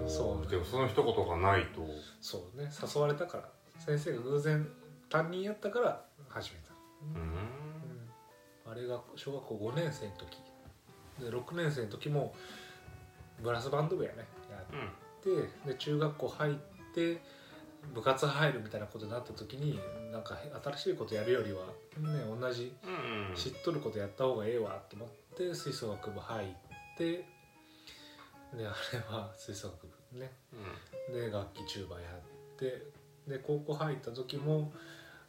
A: ん
B: う
A: そう
B: でもその一言がないと
A: そうね誘われたから先生が偶然担任やったから始めた、
B: うん
A: うんあれが小学校5年生の時で6年生の時もブラスバンド部やねやっ
B: うん
A: てで中学校入って部活入るみたいなことになった時になんか新しいことやるよりはね同じ
B: うんうん
A: 知っとることやった方がええわと思って吹奏楽部入ってであれは吹奏楽部ねで楽器チューバーやってで高校入った時も、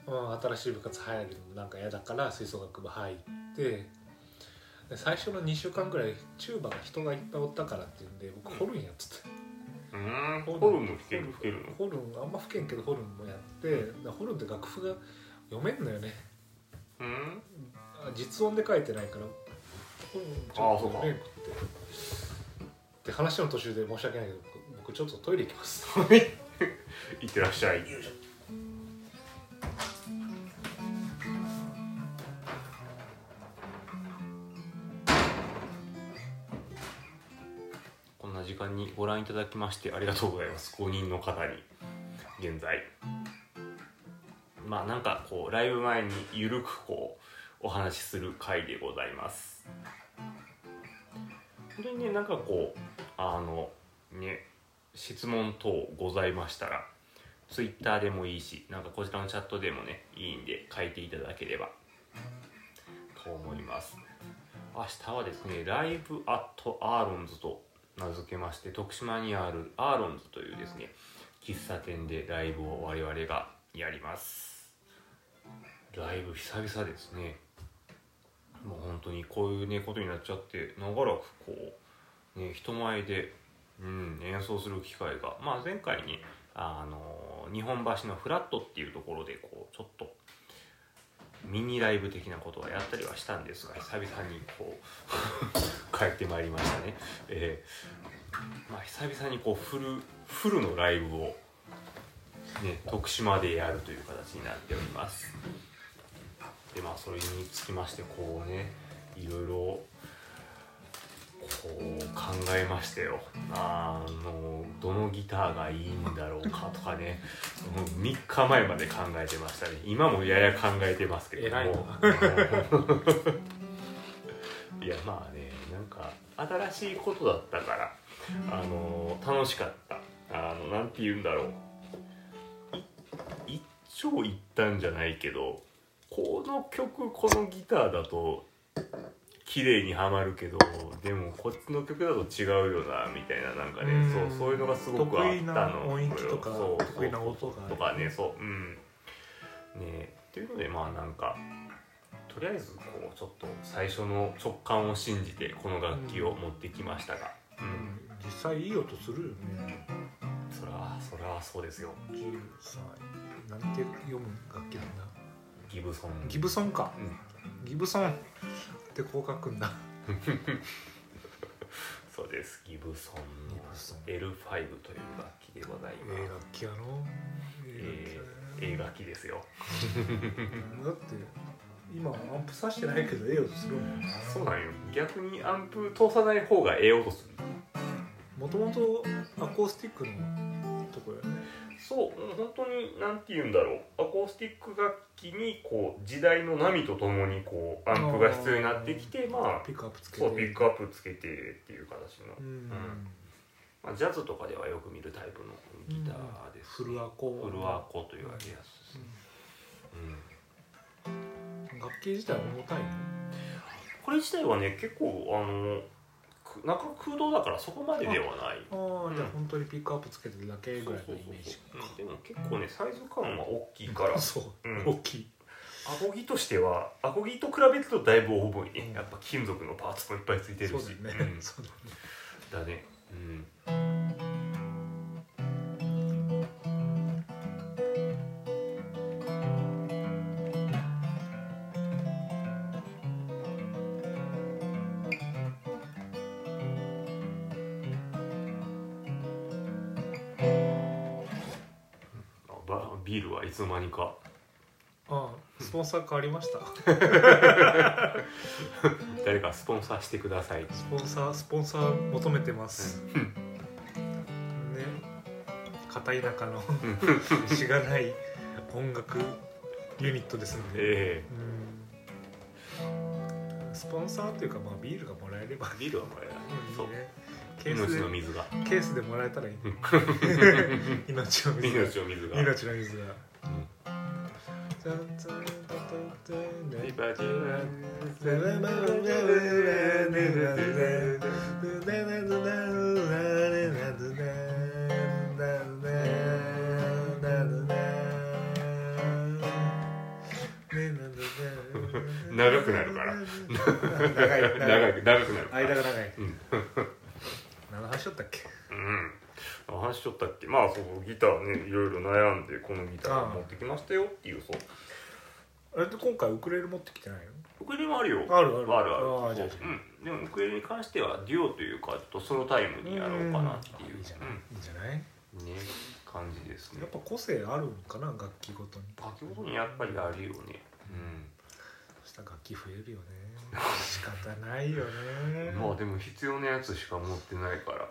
A: うん、新しい部活入るのなんか嫌だから吹奏楽部入ってで最初の2週間ぐらいチューバが人がいっぱいおったからっていうんで僕ホルンやってて、
B: うんホルンも吹ける吹けるの
A: ホルンあんま吹けんけどホルンもやってでホルンって楽譜が読めんのよね
B: うん
A: あ実音で書いてないからホルンちょっと読めんくってで話の途中で申し訳ないけど僕ちょっとトイレ行きます
B: いってらっしゃいんにご覧いただきましてありがとうございます公認の方に現在まあなんかこうライブ前にゆるくこうお話しする回でございます本当にねなんかこうあのね質問等ございましたらツイッターでもいいしなんかこちらのチャットでもねいいんで書いていただければと思います明日はですねライブアットアーロンズと名付けまして徳島にあるアーロンズというですね喫茶店でライブを我々がやりますライブ久々ですねもう本当にこういうねことになっちゃって長らくこうね人前でうん演奏する機会がまあ前回ねあの日本橋のフラットっていうところでこうちょっとミニライブ的なことはやったりはしたんですが久々にこう 帰ってまいりましたね、えーまあ、久々にこうフルフルのライブを、ね、徳島でやるという形になっておりますでまあそれにつきましてこうねいろいろこう考えましたよあのどのギターがいいんだろうかとかね3日前まで考えてましたね今もやや考えてますけども
C: 偉いな
B: いやまあねなんか新しいことだったからあの楽しかったあのなんて言うんだろうい一長一短じゃないけどこの曲このギターだと綺麗にはまるけどでもこっちの曲だと違うよなみたいななんかね
A: うん
B: そうそういうのがすごくあったの
A: 得意な音域とか
B: そうそう
A: 得意な音が
B: とかねそううんねえっていうのでまあなんかとりあえずこうちょっと最初の直感を信じてこの楽器を持ってきましたがうん
A: 実際いい音するよね
B: そらそらそうですよ
A: 10歳なんて読む楽器なんだ
B: ギブソン
A: ギブソンか
B: うん
A: ギブソンってこう書くんだ
B: そうですギブソンの
A: ギブソン
B: L5 という楽器でござい
A: ええ
B: ます、
A: 楽器やろえ
B: え
A: え
B: ー、ええ楽器ですよ
A: 楽器だって今アンプさしてないけどええ音するもん
B: そうなんよ逆にアンプ通さない方がええ音する
A: もともとアコースティックのとこやね
B: そううん本当に何て言うんだろうアコースティック楽器にこう時代の波とともにこうアンプが必要になってきてまあ
A: ピックアップつけて
B: そうピックアップつけてっていう形の、
A: うん
B: まあ、ジャズとかではよく見るタイプのギターです、
A: フルアコ
B: フルアコと言われやすいですね、うん
A: うん楽器自体は重たいの
B: これ自体はね結構あのく中空洞だからそこまでではない
A: ああ、じゃあ
B: うん
A: 本当にピックアップつけてるだけ
B: そ
A: ぐ
B: う
A: らい
B: そうそ
A: の
B: う
A: イメージ
B: うんでも結構ねサイズ感は大きいからア
A: そう、
B: うん
A: 大きい
B: コギとしてはアコギと比べるとだいぶ重いね、
A: うん
B: やっぱ金属のパーツもいっぱいついてるし
A: そうだよね、
B: うん
A: そうだ
B: だ
A: よね
B: ねうんあばビールはいつの間にか
A: ああスポンサー変わりました
B: 誰かスポンサーしてください
A: スポンサースポンサー求めてます、ね片田舎のしがない音楽ユニットですので、
B: え
A: うんスポンサーというかまあビールがもらえれば
B: えビールはこれだね
A: い
B: そう
A: いねケース
B: 命の
A: で
B: 水が
A: ケースでもらえたらいい、ね、 命の水が
B: 命の水が
A: 命の水が
B: うん
A: タンタンタンタンタン
B: 長くなるから
A: 長い
B: 長く
A: 長い
B: 長くなる
A: 間が長い
B: うん
A: 何の話しよったっけ
B: うん話しちゃったっけまあそうギターねいろいろ悩んでこのギターを持ってきましたよっていうそう
A: あれって今回ウクレレ持ってきてない
B: ウクレレもあるよ
A: のあるある
B: あるある
A: あじゃあじゃあ
B: うん、でもウクレレに関してはデュオというかちょっとソロタイムにやろうかなっていう
A: いいじゃないいいんじゃない
B: うんね感じですね
A: やっぱ個性あるんかな楽器ごとに
B: 書き物にやっぱりあるよねうん
A: したら楽器増えるよね仕方ないよね
B: まあでも必要なやつしか持ってないから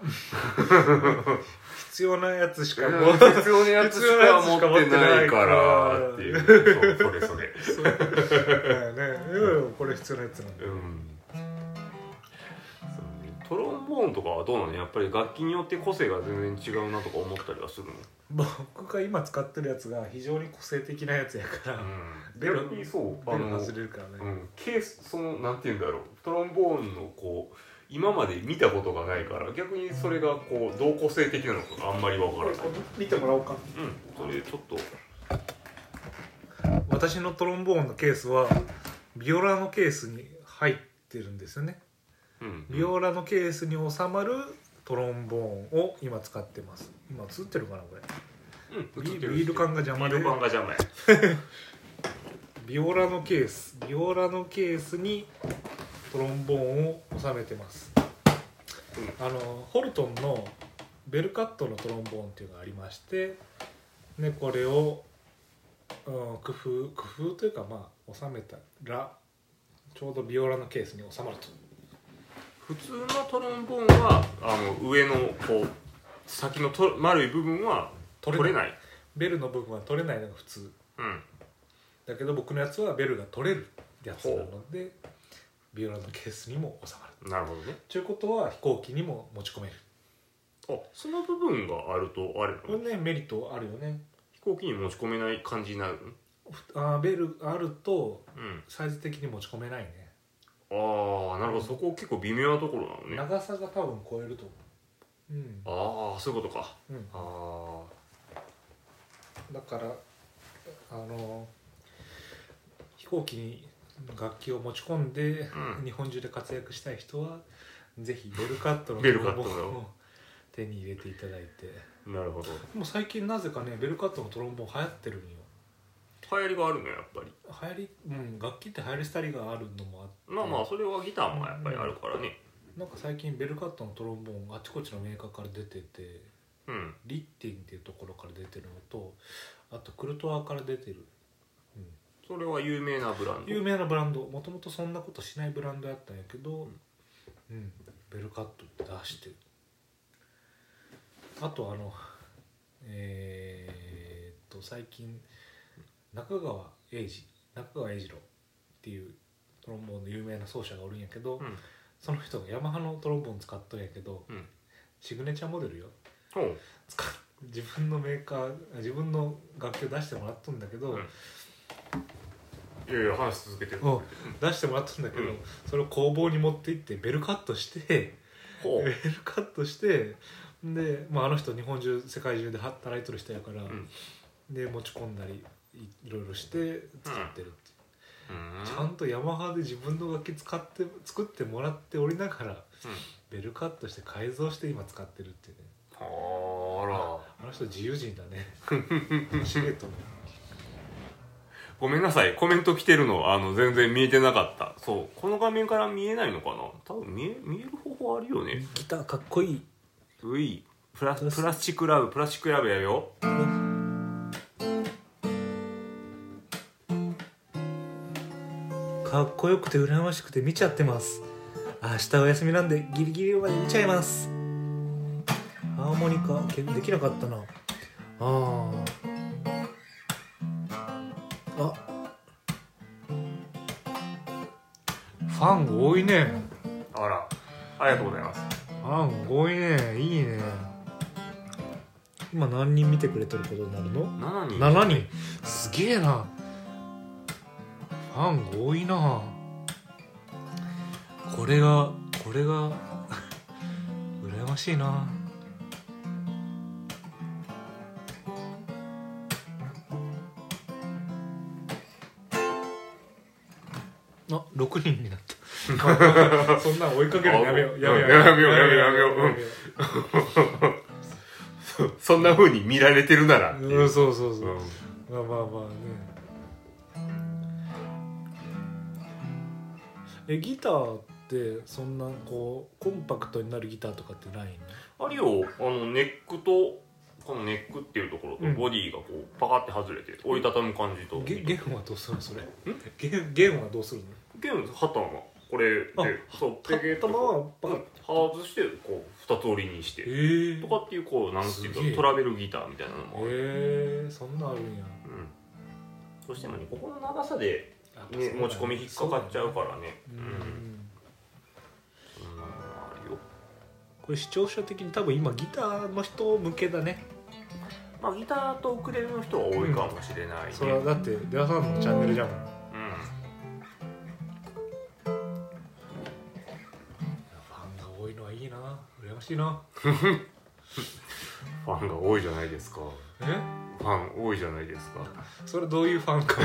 A: 必要なやつし
B: 必
A: か
B: 要
A: もう
B: なやつしか持ってないからっていうそうそれそれ
A: そうだよねいやいやこれ必要なやつなんだ
B: う
A: よ
B: んそうねトロンボーンとかはどうなのやっぱり楽器によって個性が全然違うなとか思ったりはするの
A: 僕が今使ってるやつが非常に個性的なやつやからベロ
B: 逆にそう
A: ベ
B: あ
A: ル
B: の
A: 外れるからね、
B: うん、ケースそのなんて言うんだろうトロンボーンのこう今まで見たことがないから逆にそれがこうどう個性的なのかがあんまりわから
A: こ
B: ない、うん、
A: れこれ見てもらおうか
B: それちょっと
A: 私のトロンボーンのケースはビオラのケースに入ってるんですよね
B: うん
A: ビオラのケースに収まるトロンボーンを今使ってます今映ってるかなこれ
B: うん
A: ビビール缶が邪魔で
B: ビール缶が邪魔や
A: ビオラのケースビオラのケースにトロンボーンを収めてます、あのホルトンのベルカットのトロンボーンっていうのがありましてでこれを、うん、工夫工夫というかまあ収めたらちょうどビオラのケースに収まると
B: 普通のトロンボーンはあの上のこう先のと丸い部分は取れない
A: ベルの部分は取れないのが普通
B: うん
A: だけど僕のやつはベルが取れるやつなのでビオラのケースにも収まる
B: なるほどね
A: ということは飛行機にも持ち込める
B: あその部分があるとあれな
A: こ
B: の
A: れねメリットあるよね
B: 飛行機に持ち込めない感じになるの
A: ふあーベルあると
B: うん
A: サイズ的に持ち込めないね
B: ああなるほどそこ結構微妙なところなのね
A: 長さが多分超えると思ううん、
B: ああそういうことか
A: うん、
B: ああ
A: だからあの飛行機に楽器を持ち込んで、
B: うん
A: 日本中で活躍したい人はぜひベルカットの
B: ベルカットの
A: トロンボーンを手に入れていただいて
B: なるほど
A: もう最近なぜかねベルカットのトロンボーン流行ってるんよ
B: 流行りがあるのやっぱり
A: 流行り、うん、楽器って流行り廃りがあるのもあって
B: まあまあそれはギターもやっぱりあるからね
A: なんか最近ベルカットのトロンボーンあちこちのメーカーから出てて
B: うん
A: リッティンっていうところから出てるのとあとクルトワから出てる、うん
B: それは有名なブランド
A: 有名なブランドもともとそんなことしないブランドやったんやけど、うんベルカットって出してるあとあのえーっと最近中川英二中川英二郎っていうトロンボーンの有名な奏者がおるんやけど、
B: うん
A: その人がヤマハのトロンボーン使っとんやけど
B: うん
A: シグネチャーモデルよ
B: ほう
A: 使っ 自分のメーカー自分の楽器を出してもらっとんだけど、
B: うんいやいや話続けてる
A: を出してもらったんだけど、
B: うん
A: それを工房に持って行ってベルカットして
B: ほ う
A: ベルカットしてで、まあ、あの人日本中世界中で働いとる人やから、
B: ん
A: で持ち込んだりいいろいろして使ってるって
B: うん
A: いう、ちゃんとヤマハで自分の楽器使って作ってもらっておりながらベルカットして改造して今使ってるっていうね
B: うんあら
A: あの人自由人だ ねシゲト
B: ごめんなさいコメント来てるのあの全然見えてなかったそうこの画面から見えないのかな多分見え見える方法あるよね
A: ギターかっこいいう
B: いプラスプラスチックラブプラスチックラブやよ
A: かっこよくて羨ましくて見ちゃってます明日お休みなんでギリギリまで見ちゃいますハーモニカけできなかったなあーあファン多いね
B: あらありがとうございます
A: ファン多いねいいね今何人見てくれてることになるの
B: 7人
A: 7人すげえなファンが多いなこれがこれが 羨ましいなあ6人になったそんなん追いかけるのやめようやめよう
B: やめようやめようやめよう
A: やめよ
B: そんな風に見られてるならって
A: う
B: い
A: うん
B: う
A: そうそうそう
B: うん
A: まあまあまあねえギターってそんなこうコンパクトになるギターとかってないの
B: あるよあのネックとこのネックっていうところ
A: う
B: と
A: ん
B: ボディがこうパカって外れて折りたたむ感じと
A: ゲゲンはどうするのそれゲンゲンはどうするの
B: ゲームハタンはこれでそうペケッと
A: 頭
B: こ
A: は
B: う
A: パカッ
B: うん外してこう二つ折りにして
A: ええ
B: とかっていうこうなんて
A: すげ
B: いう
A: え
B: かトラベルギターみたいなのもある、
A: ええそんなんあるんや
B: うん、どうしてもねここの長さで、ね、持ち込み引っかかっちゃうからねう
A: う、
B: んん、そんなのもあるよ
A: これ視聴者的に多分今ギターの人向けだね
B: まあギターとウクレレの人は多いかもしれないね、
A: それはだって出羽さんのチャンネルじゃもん
B: うんいや
A: ファンが多いのはいいな羨ましいな
B: ファンが多いじゃないですか
A: え
B: ファン多いじゃないですか
A: それどういうファンか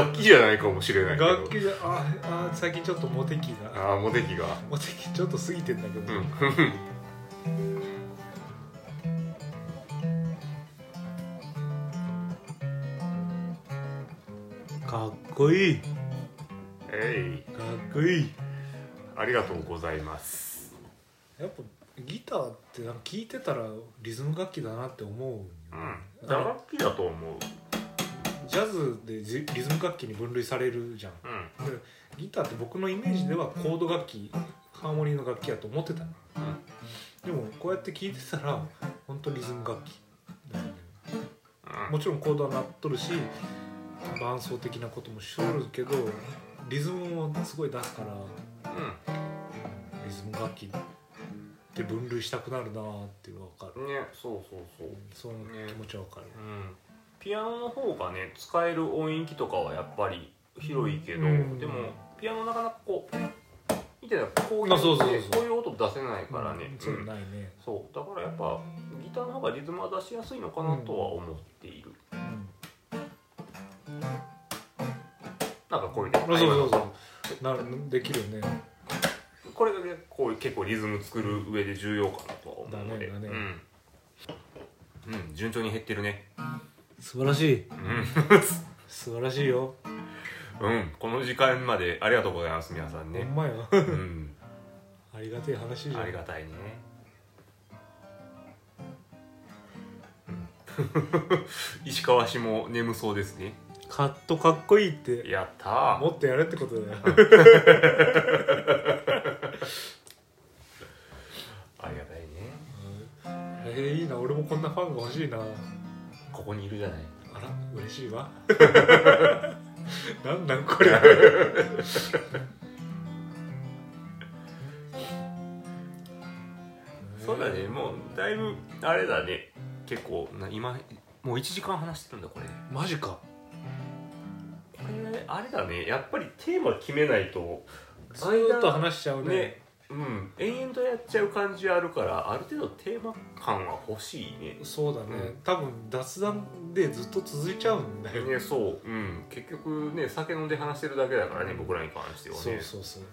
B: 楽器じゃないかもしれないけど
A: 楽器じゃああ最近ちょっとモテ期が
B: ああモテ期が
A: モテ期ちょっと過ぎてんだけ
B: う
A: ど、
B: ん
A: かっこいい
B: えい
A: かっこいい
B: ありがとうございます
A: やっぱギターってなんか聴いてたらリズム楽器だなって思うよね、
B: うん打楽器だと思う
A: ジャズでジリズム楽器に分類されるじゃん
B: うん
A: でギターって僕のイメージではコード楽器ハーモニーの楽器やと思ってたの
B: うん
A: でもこうやって聴いてたら本当リズム楽器だよね
B: うん
A: もちろんコードは鳴っとるし伴奏的なこともしとるけどリズムもすごい出すからリズム楽器って分類したくなるなーって分かる
B: うんねそうそうそう
A: その気持ちは分かる
B: うんピアノの方がね使える音域とかはやっぱり広いけど、
A: うん
B: でもピアノなかなかこう見てたらこういう
A: あそうそうそう
B: こういう音出せないからね、
A: うんそういう
B: うん
A: のないね、
B: そうだからやっぱギターの方がリズムは出しやすいのかなとは思っている、なんかこういうね
A: うん、あそうそうそうなできるよね
B: これがねこう結構リズム作る上で重要かなとは思うので
A: だねだね
B: うん、うん、順調に減ってるね
A: 素晴らしい
B: うん、
A: 素晴らしいよ、
B: うん、この時間までありがとうございます皆さん
A: ほ
B: ね
A: んまよ
B: うん
A: ありがてえ話じゃん
B: ありがたいね。 石川氏も眠そうですね。
A: カットかっこいいって
B: やったー。
A: もっとやれってことだよ
B: ありがたいね。
A: えー、いいな俺もこんなファンが欲しいなあ
B: ここにいるじゃない。
A: ら嬉しいわ なんなんこれ
B: そうだね、もうだいぶあれだね。結構な今もう1時間話してるんだこれ。
A: マジか
B: これあれだね。やっぱりテーマ決めないと
A: ずーっと話しちゃうね
B: ね。うん、延々とやっちゃう感じあるからある程度テーマ感は欲しいね
A: そうだね、
B: うん
A: 多分雑談でずっと続いちゃうんだよね
B: ね、そう、うん、結局ね酒飲んで話してるだけだからね僕らに関してはね
A: そうそうそう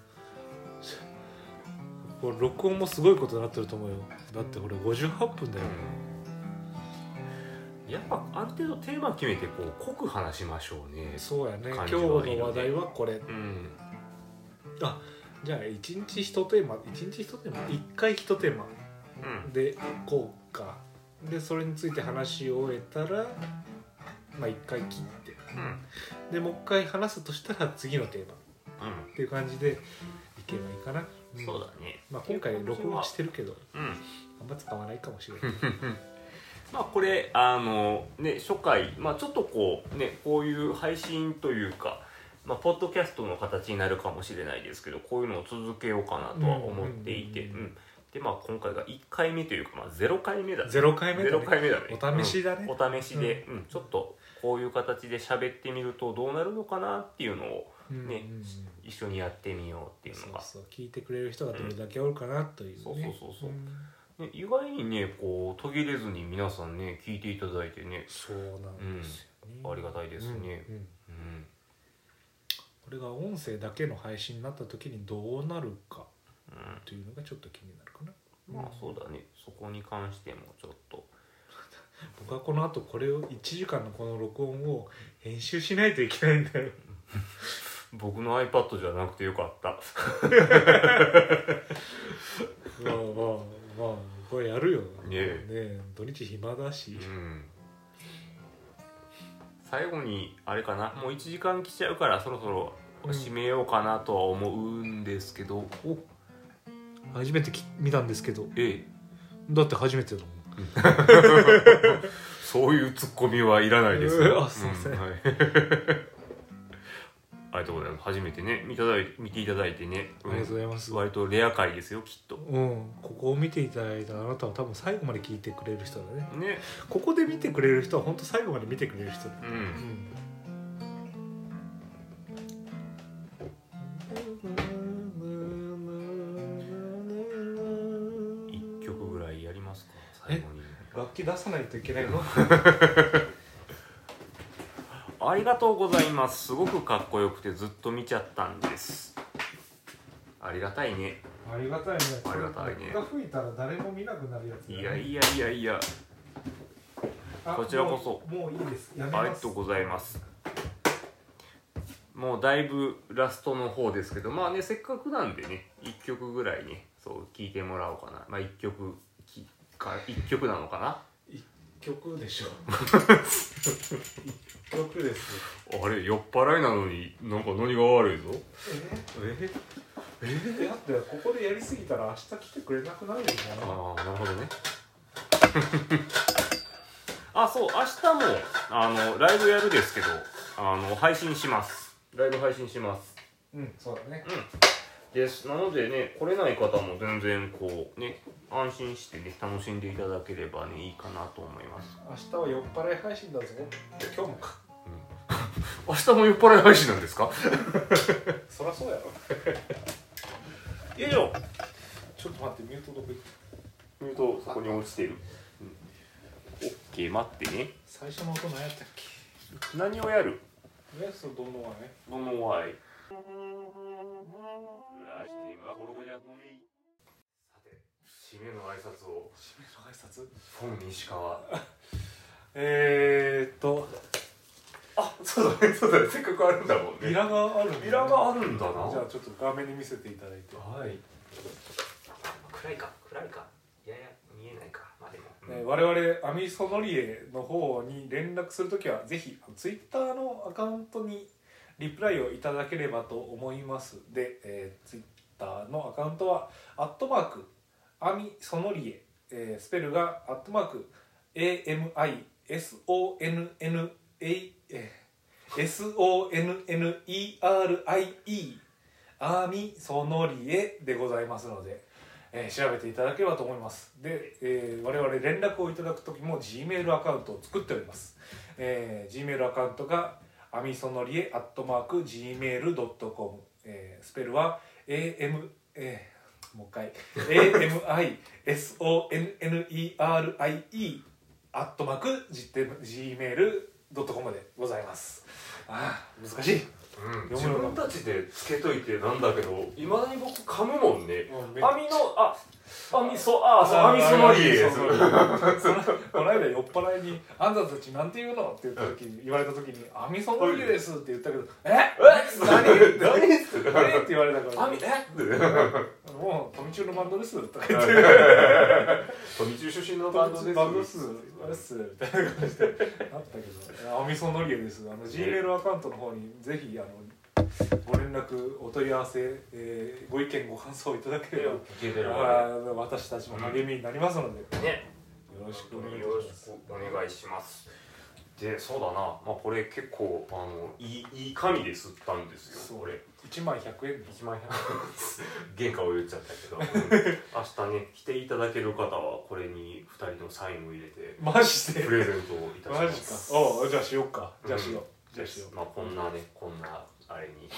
A: これ録音もすごいことになってると思うよだって俺58分だよ、
B: うんやっぱある程度テーマ決めてこう濃く話しましょうね
A: そうやね今
B: 感
A: 日
B: じはいいよね
A: の話題はこれ
B: うん
A: あじゃあ一日一テーマ一日一テーマ一回一テーマ
B: うん
A: でこうかでそれについて話を終えたらまあ一回切って
B: うん
A: でもう一回話すとしたら次のテーマっていう感じでいけばいいかな、
B: うんんそうだね
A: まあ、今回録音はしてるけど
B: うん
A: あんま使わないかもしれない
B: まあこれあのね初回まあちょっとこうねこういう配信というかまあ、ポッドキャストの形になるかもしれないですけどこういうのを続けようかなとは思っていて、
A: う
B: うんんでまあ今回が1回目というか、まあ、0回目だね
A: 0回目だ
B: 0
A: ね
B: 回目だね
A: お試しだね、
B: お試しで、うんちょっとこういう形で喋ってみるとどうなるのかなっていうのを
A: うん
B: ね
A: うんうん
B: 一緒にやってみようっていう
A: そう
B: のが
A: そう聞いてくれる人がどれだけおるかなというね、
B: そうそうそうそうんね、意外にねこう途切れずに皆さんね聞いていただいてね、
A: そうなんですよね、
B: うんありがたいですね
A: うんうん
B: うん
A: これが音声だけの配信になった時にどうなるか
B: う、
A: というのがちょっと気になるかなん
B: まあそうだねそこに関してもちょっと
A: 僕はこの後これを1時間のこの録音を編集しないといけないんだよ
B: 僕の iPad じゃなくてよかった
A: まあまあまあこれやるよ
B: え
A: ね土日暇だし、
B: うん最後にあれかなもう1時間来ちゃうからそろそろ締めようかなとは思うんですけど、
A: お初めてき見たんですけど
B: ええ
A: だって初めてだもん
B: そういうツッコミはいらないですよ
A: うわすいません
B: はい ありがとうございます初めてね見ただい見ていただいてね、うん
A: ありがとうございます
B: 割とレア回ですよきっと
A: うん、ここを見ていただいたあなたは多分最後まで聞いてくれる人だね
B: ね
A: ここで見てくれる人は本当最後まで見てくれる人だ
B: う
A: うんん
B: 1曲ぐらいやりますか最後に
A: 楽器出さないといけないの
B: ありがとうございますすごくかっこよくてずっと見ちゃったんですありがたいね
A: ありがたいね
B: ありがたいね
A: 僕が吹いたら誰も見なくなるやつだね
B: いやいやいやいや
A: あ
B: こちらこそ
A: もうもういいですやめ
B: あ
A: ま
B: り
A: す
B: がとうございますもうだいぶラストの方ですけどまあねせっかくなんでね1曲ぐらいねそう聴いてもらおうかなまあ1曲きか一曲なのか
A: 一曲でしょ一 曲です
B: なあれ酔っ払いなのになんか何が悪いぞ
A: え
B: え
A: えだってここでやりすぎたら明日来てくれなくなるよね
B: ああなるほどね あそう明日もあのライブやるですけどあの配信しますライブ配信します
A: うんそうだね
B: ですなのでね来れない方も全然こうね安心してね楽しんでいただければねいいかなと思います、
A: 明日は酔っ払い配信だぞ今日もか
B: 明日も酔っ払い配信なんですか
A: そりゃそうやろ
B: よいしょ
A: ちょっと待ってミュートどこ行った
B: 言うとそこに落ちてる、うん、オッケー待ってね
A: 最初の音何やったっけ
B: 何をやる
A: ねそのどのはね
B: どのワイさて締めの挨拶を
A: 締めの挨拶
B: フォン西川
A: えー、っと
B: あそうだねそうだねせっかくあるんだもん
A: ビラがある
B: ビラがあるんだな
A: じゃあちょっと画面に見せていただいて、
B: はい暗いか暗いかいやいや見えないかまあでも、
A: えー我々アミソノリエの方に連絡するときはぜひツイッターのアカウントにリプライをいただければと思いますで、えツイッター Twitter のアカウントは「アットマークアミソノリエ」えースペルが「アットマーク AMISONNA」えー SONNERIE アーミソノリエでございますのでえー調べていただければと思いますで、えー我々連絡をいただく時も G メールアカウントを作っております、えー、G メールアカウントがアミソノリエアットマーク Gmail.com、えースペルは AM、えーもう一回 AMISONNERIE アットマーク Gmail.com でございますああ難しい
B: うん、自分たちでつけといてなんだけどいまだに僕噛むもんね網のあ網そあそう網そのりです
A: こ の間酔っ払いに「あんたたちなんて言うの?」って言った時に言われた時に「網その家です」って言ったけど「え何言って
B: 何言って
A: 何?」って言われたから
B: 網 え
A: 「もう富中のバンドです」とか言って
B: 富中出身
A: 「
B: のバ
A: バ
B: ン
A: ン
B: ド
A: ド
B: です
A: です」あれっすみたいな感じでなったけど「網その家です」あの G メールアカウントの方にぜひあのご連絡お問い合わせ、えーご意見ご感想いただければ
B: けて
A: あー私たちも励みになりますので、
B: ね
A: よろしくお願いい
B: よろ
A: たし
B: し
A: ます
B: くお願いしますでそうだな、まあ、これ結構あのいいいい紙で吸ったんですよ
A: そ
B: こ
A: う
B: れ
A: 1万100円
B: 1万円原価を言っちゃったけど、うん明日ね来ていただける方はこれに2人のサインを入れて
A: マジで
B: プレゼントをいたし
A: マ
B: ま
A: ジか
B: す
A: おうじゃあしよっか
B: うん
A: じゃあしよう、じゃあしよう
B: まあこんなねこんなあれに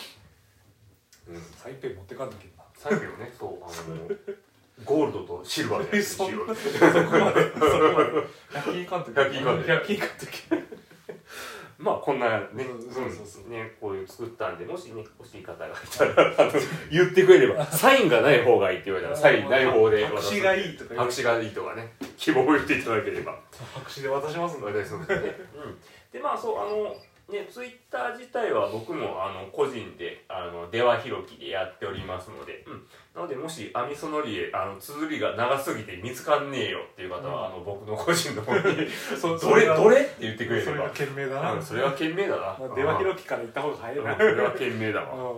B: うん
A: サイペイ持ってかんときな
B: 最後ねそうあのゴールドとシルバーでし
A: そん
B: よう
A: なそこまでそこまで100均かんとき
B: 100均買うとき
A: 100均かんとき
B: まあこんなね、
A: うんそうそうそう
B: ねこういう作ったんでもしね欲しい方がいたらあの言ってくれれ ばサインがない方がいいって言われたらサインない方で
A: 白紙がいいとか言う
B: 白紙がいいとかね希望を言っていただければ
A: 白紙で渡しますんだ
B: 私そうですね、うん、でまあそうあのね、ツイッター自体は僕もあの個人であの出羽広きでやっておりますので、うん、なのでもしアミソノリエあの綴りが長すぎて見つかんねえよっていう方は、あの僕の個人の方に
A: そ
B: どれ
A: そは
B: どれって言ってくれ
D: そ
B: れ
D: れが
B: ば
D: 賢明だな、
B: うんそれは賢明だな
A: まあ、出羽広きから行った方が早い
B: うん
A: な、
B: それは賢明だわ、
A: うん
B: うんっ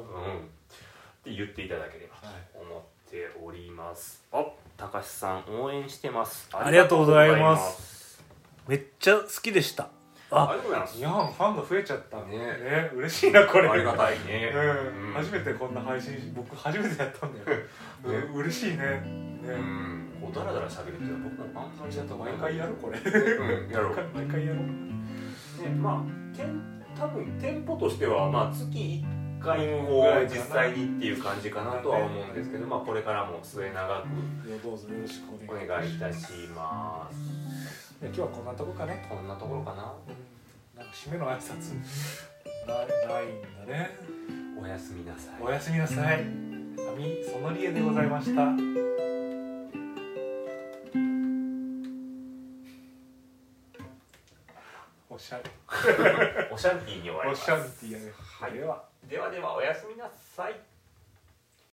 B: て言っていただければと思っておりますあたかしさん応援してます
E: ありがとうござい
B: ありがとうございま
E: ますめっちゃ好きでした
B: あ
E: あ
B: りがとうございます
A: 日本ファンが増えちゃった
B: ね
A: ね嬉しいなこれ
B: ありがたいね、
A: うん、初め
B: て
A: てこんな配信し僕初めてやった んだよ、うん、嬉しいね
B: う
A: ね
B: んこうダラダラ喋るっていうのは僕もあんまりやった
A: 毎回やろこれ
B: うんやろう
A: 毎回やろ
B: ねまあけん多分店舗としては、まあ、月1回
A: ぐ
B: を
A: らいか
B: 実
A: な
B: 際にっていう感じかなとは思うんですけど、まあ、これからも末永く
A: どうぞよろしく
B: お願いいたします
A: じゃあ今日はこんなとこかね、
B: こんなところかな
A: うん、なんか締めの挨拶なないんだね
B: おやすみなさい
A: おやすみなさいアミソノリエでございましたおしゃれ
B: おシャンティーに終わり
A: お
B: ま
A: し
B: す
A: ゃんってやね、
B: はい
A: では
B: ではではおやすみ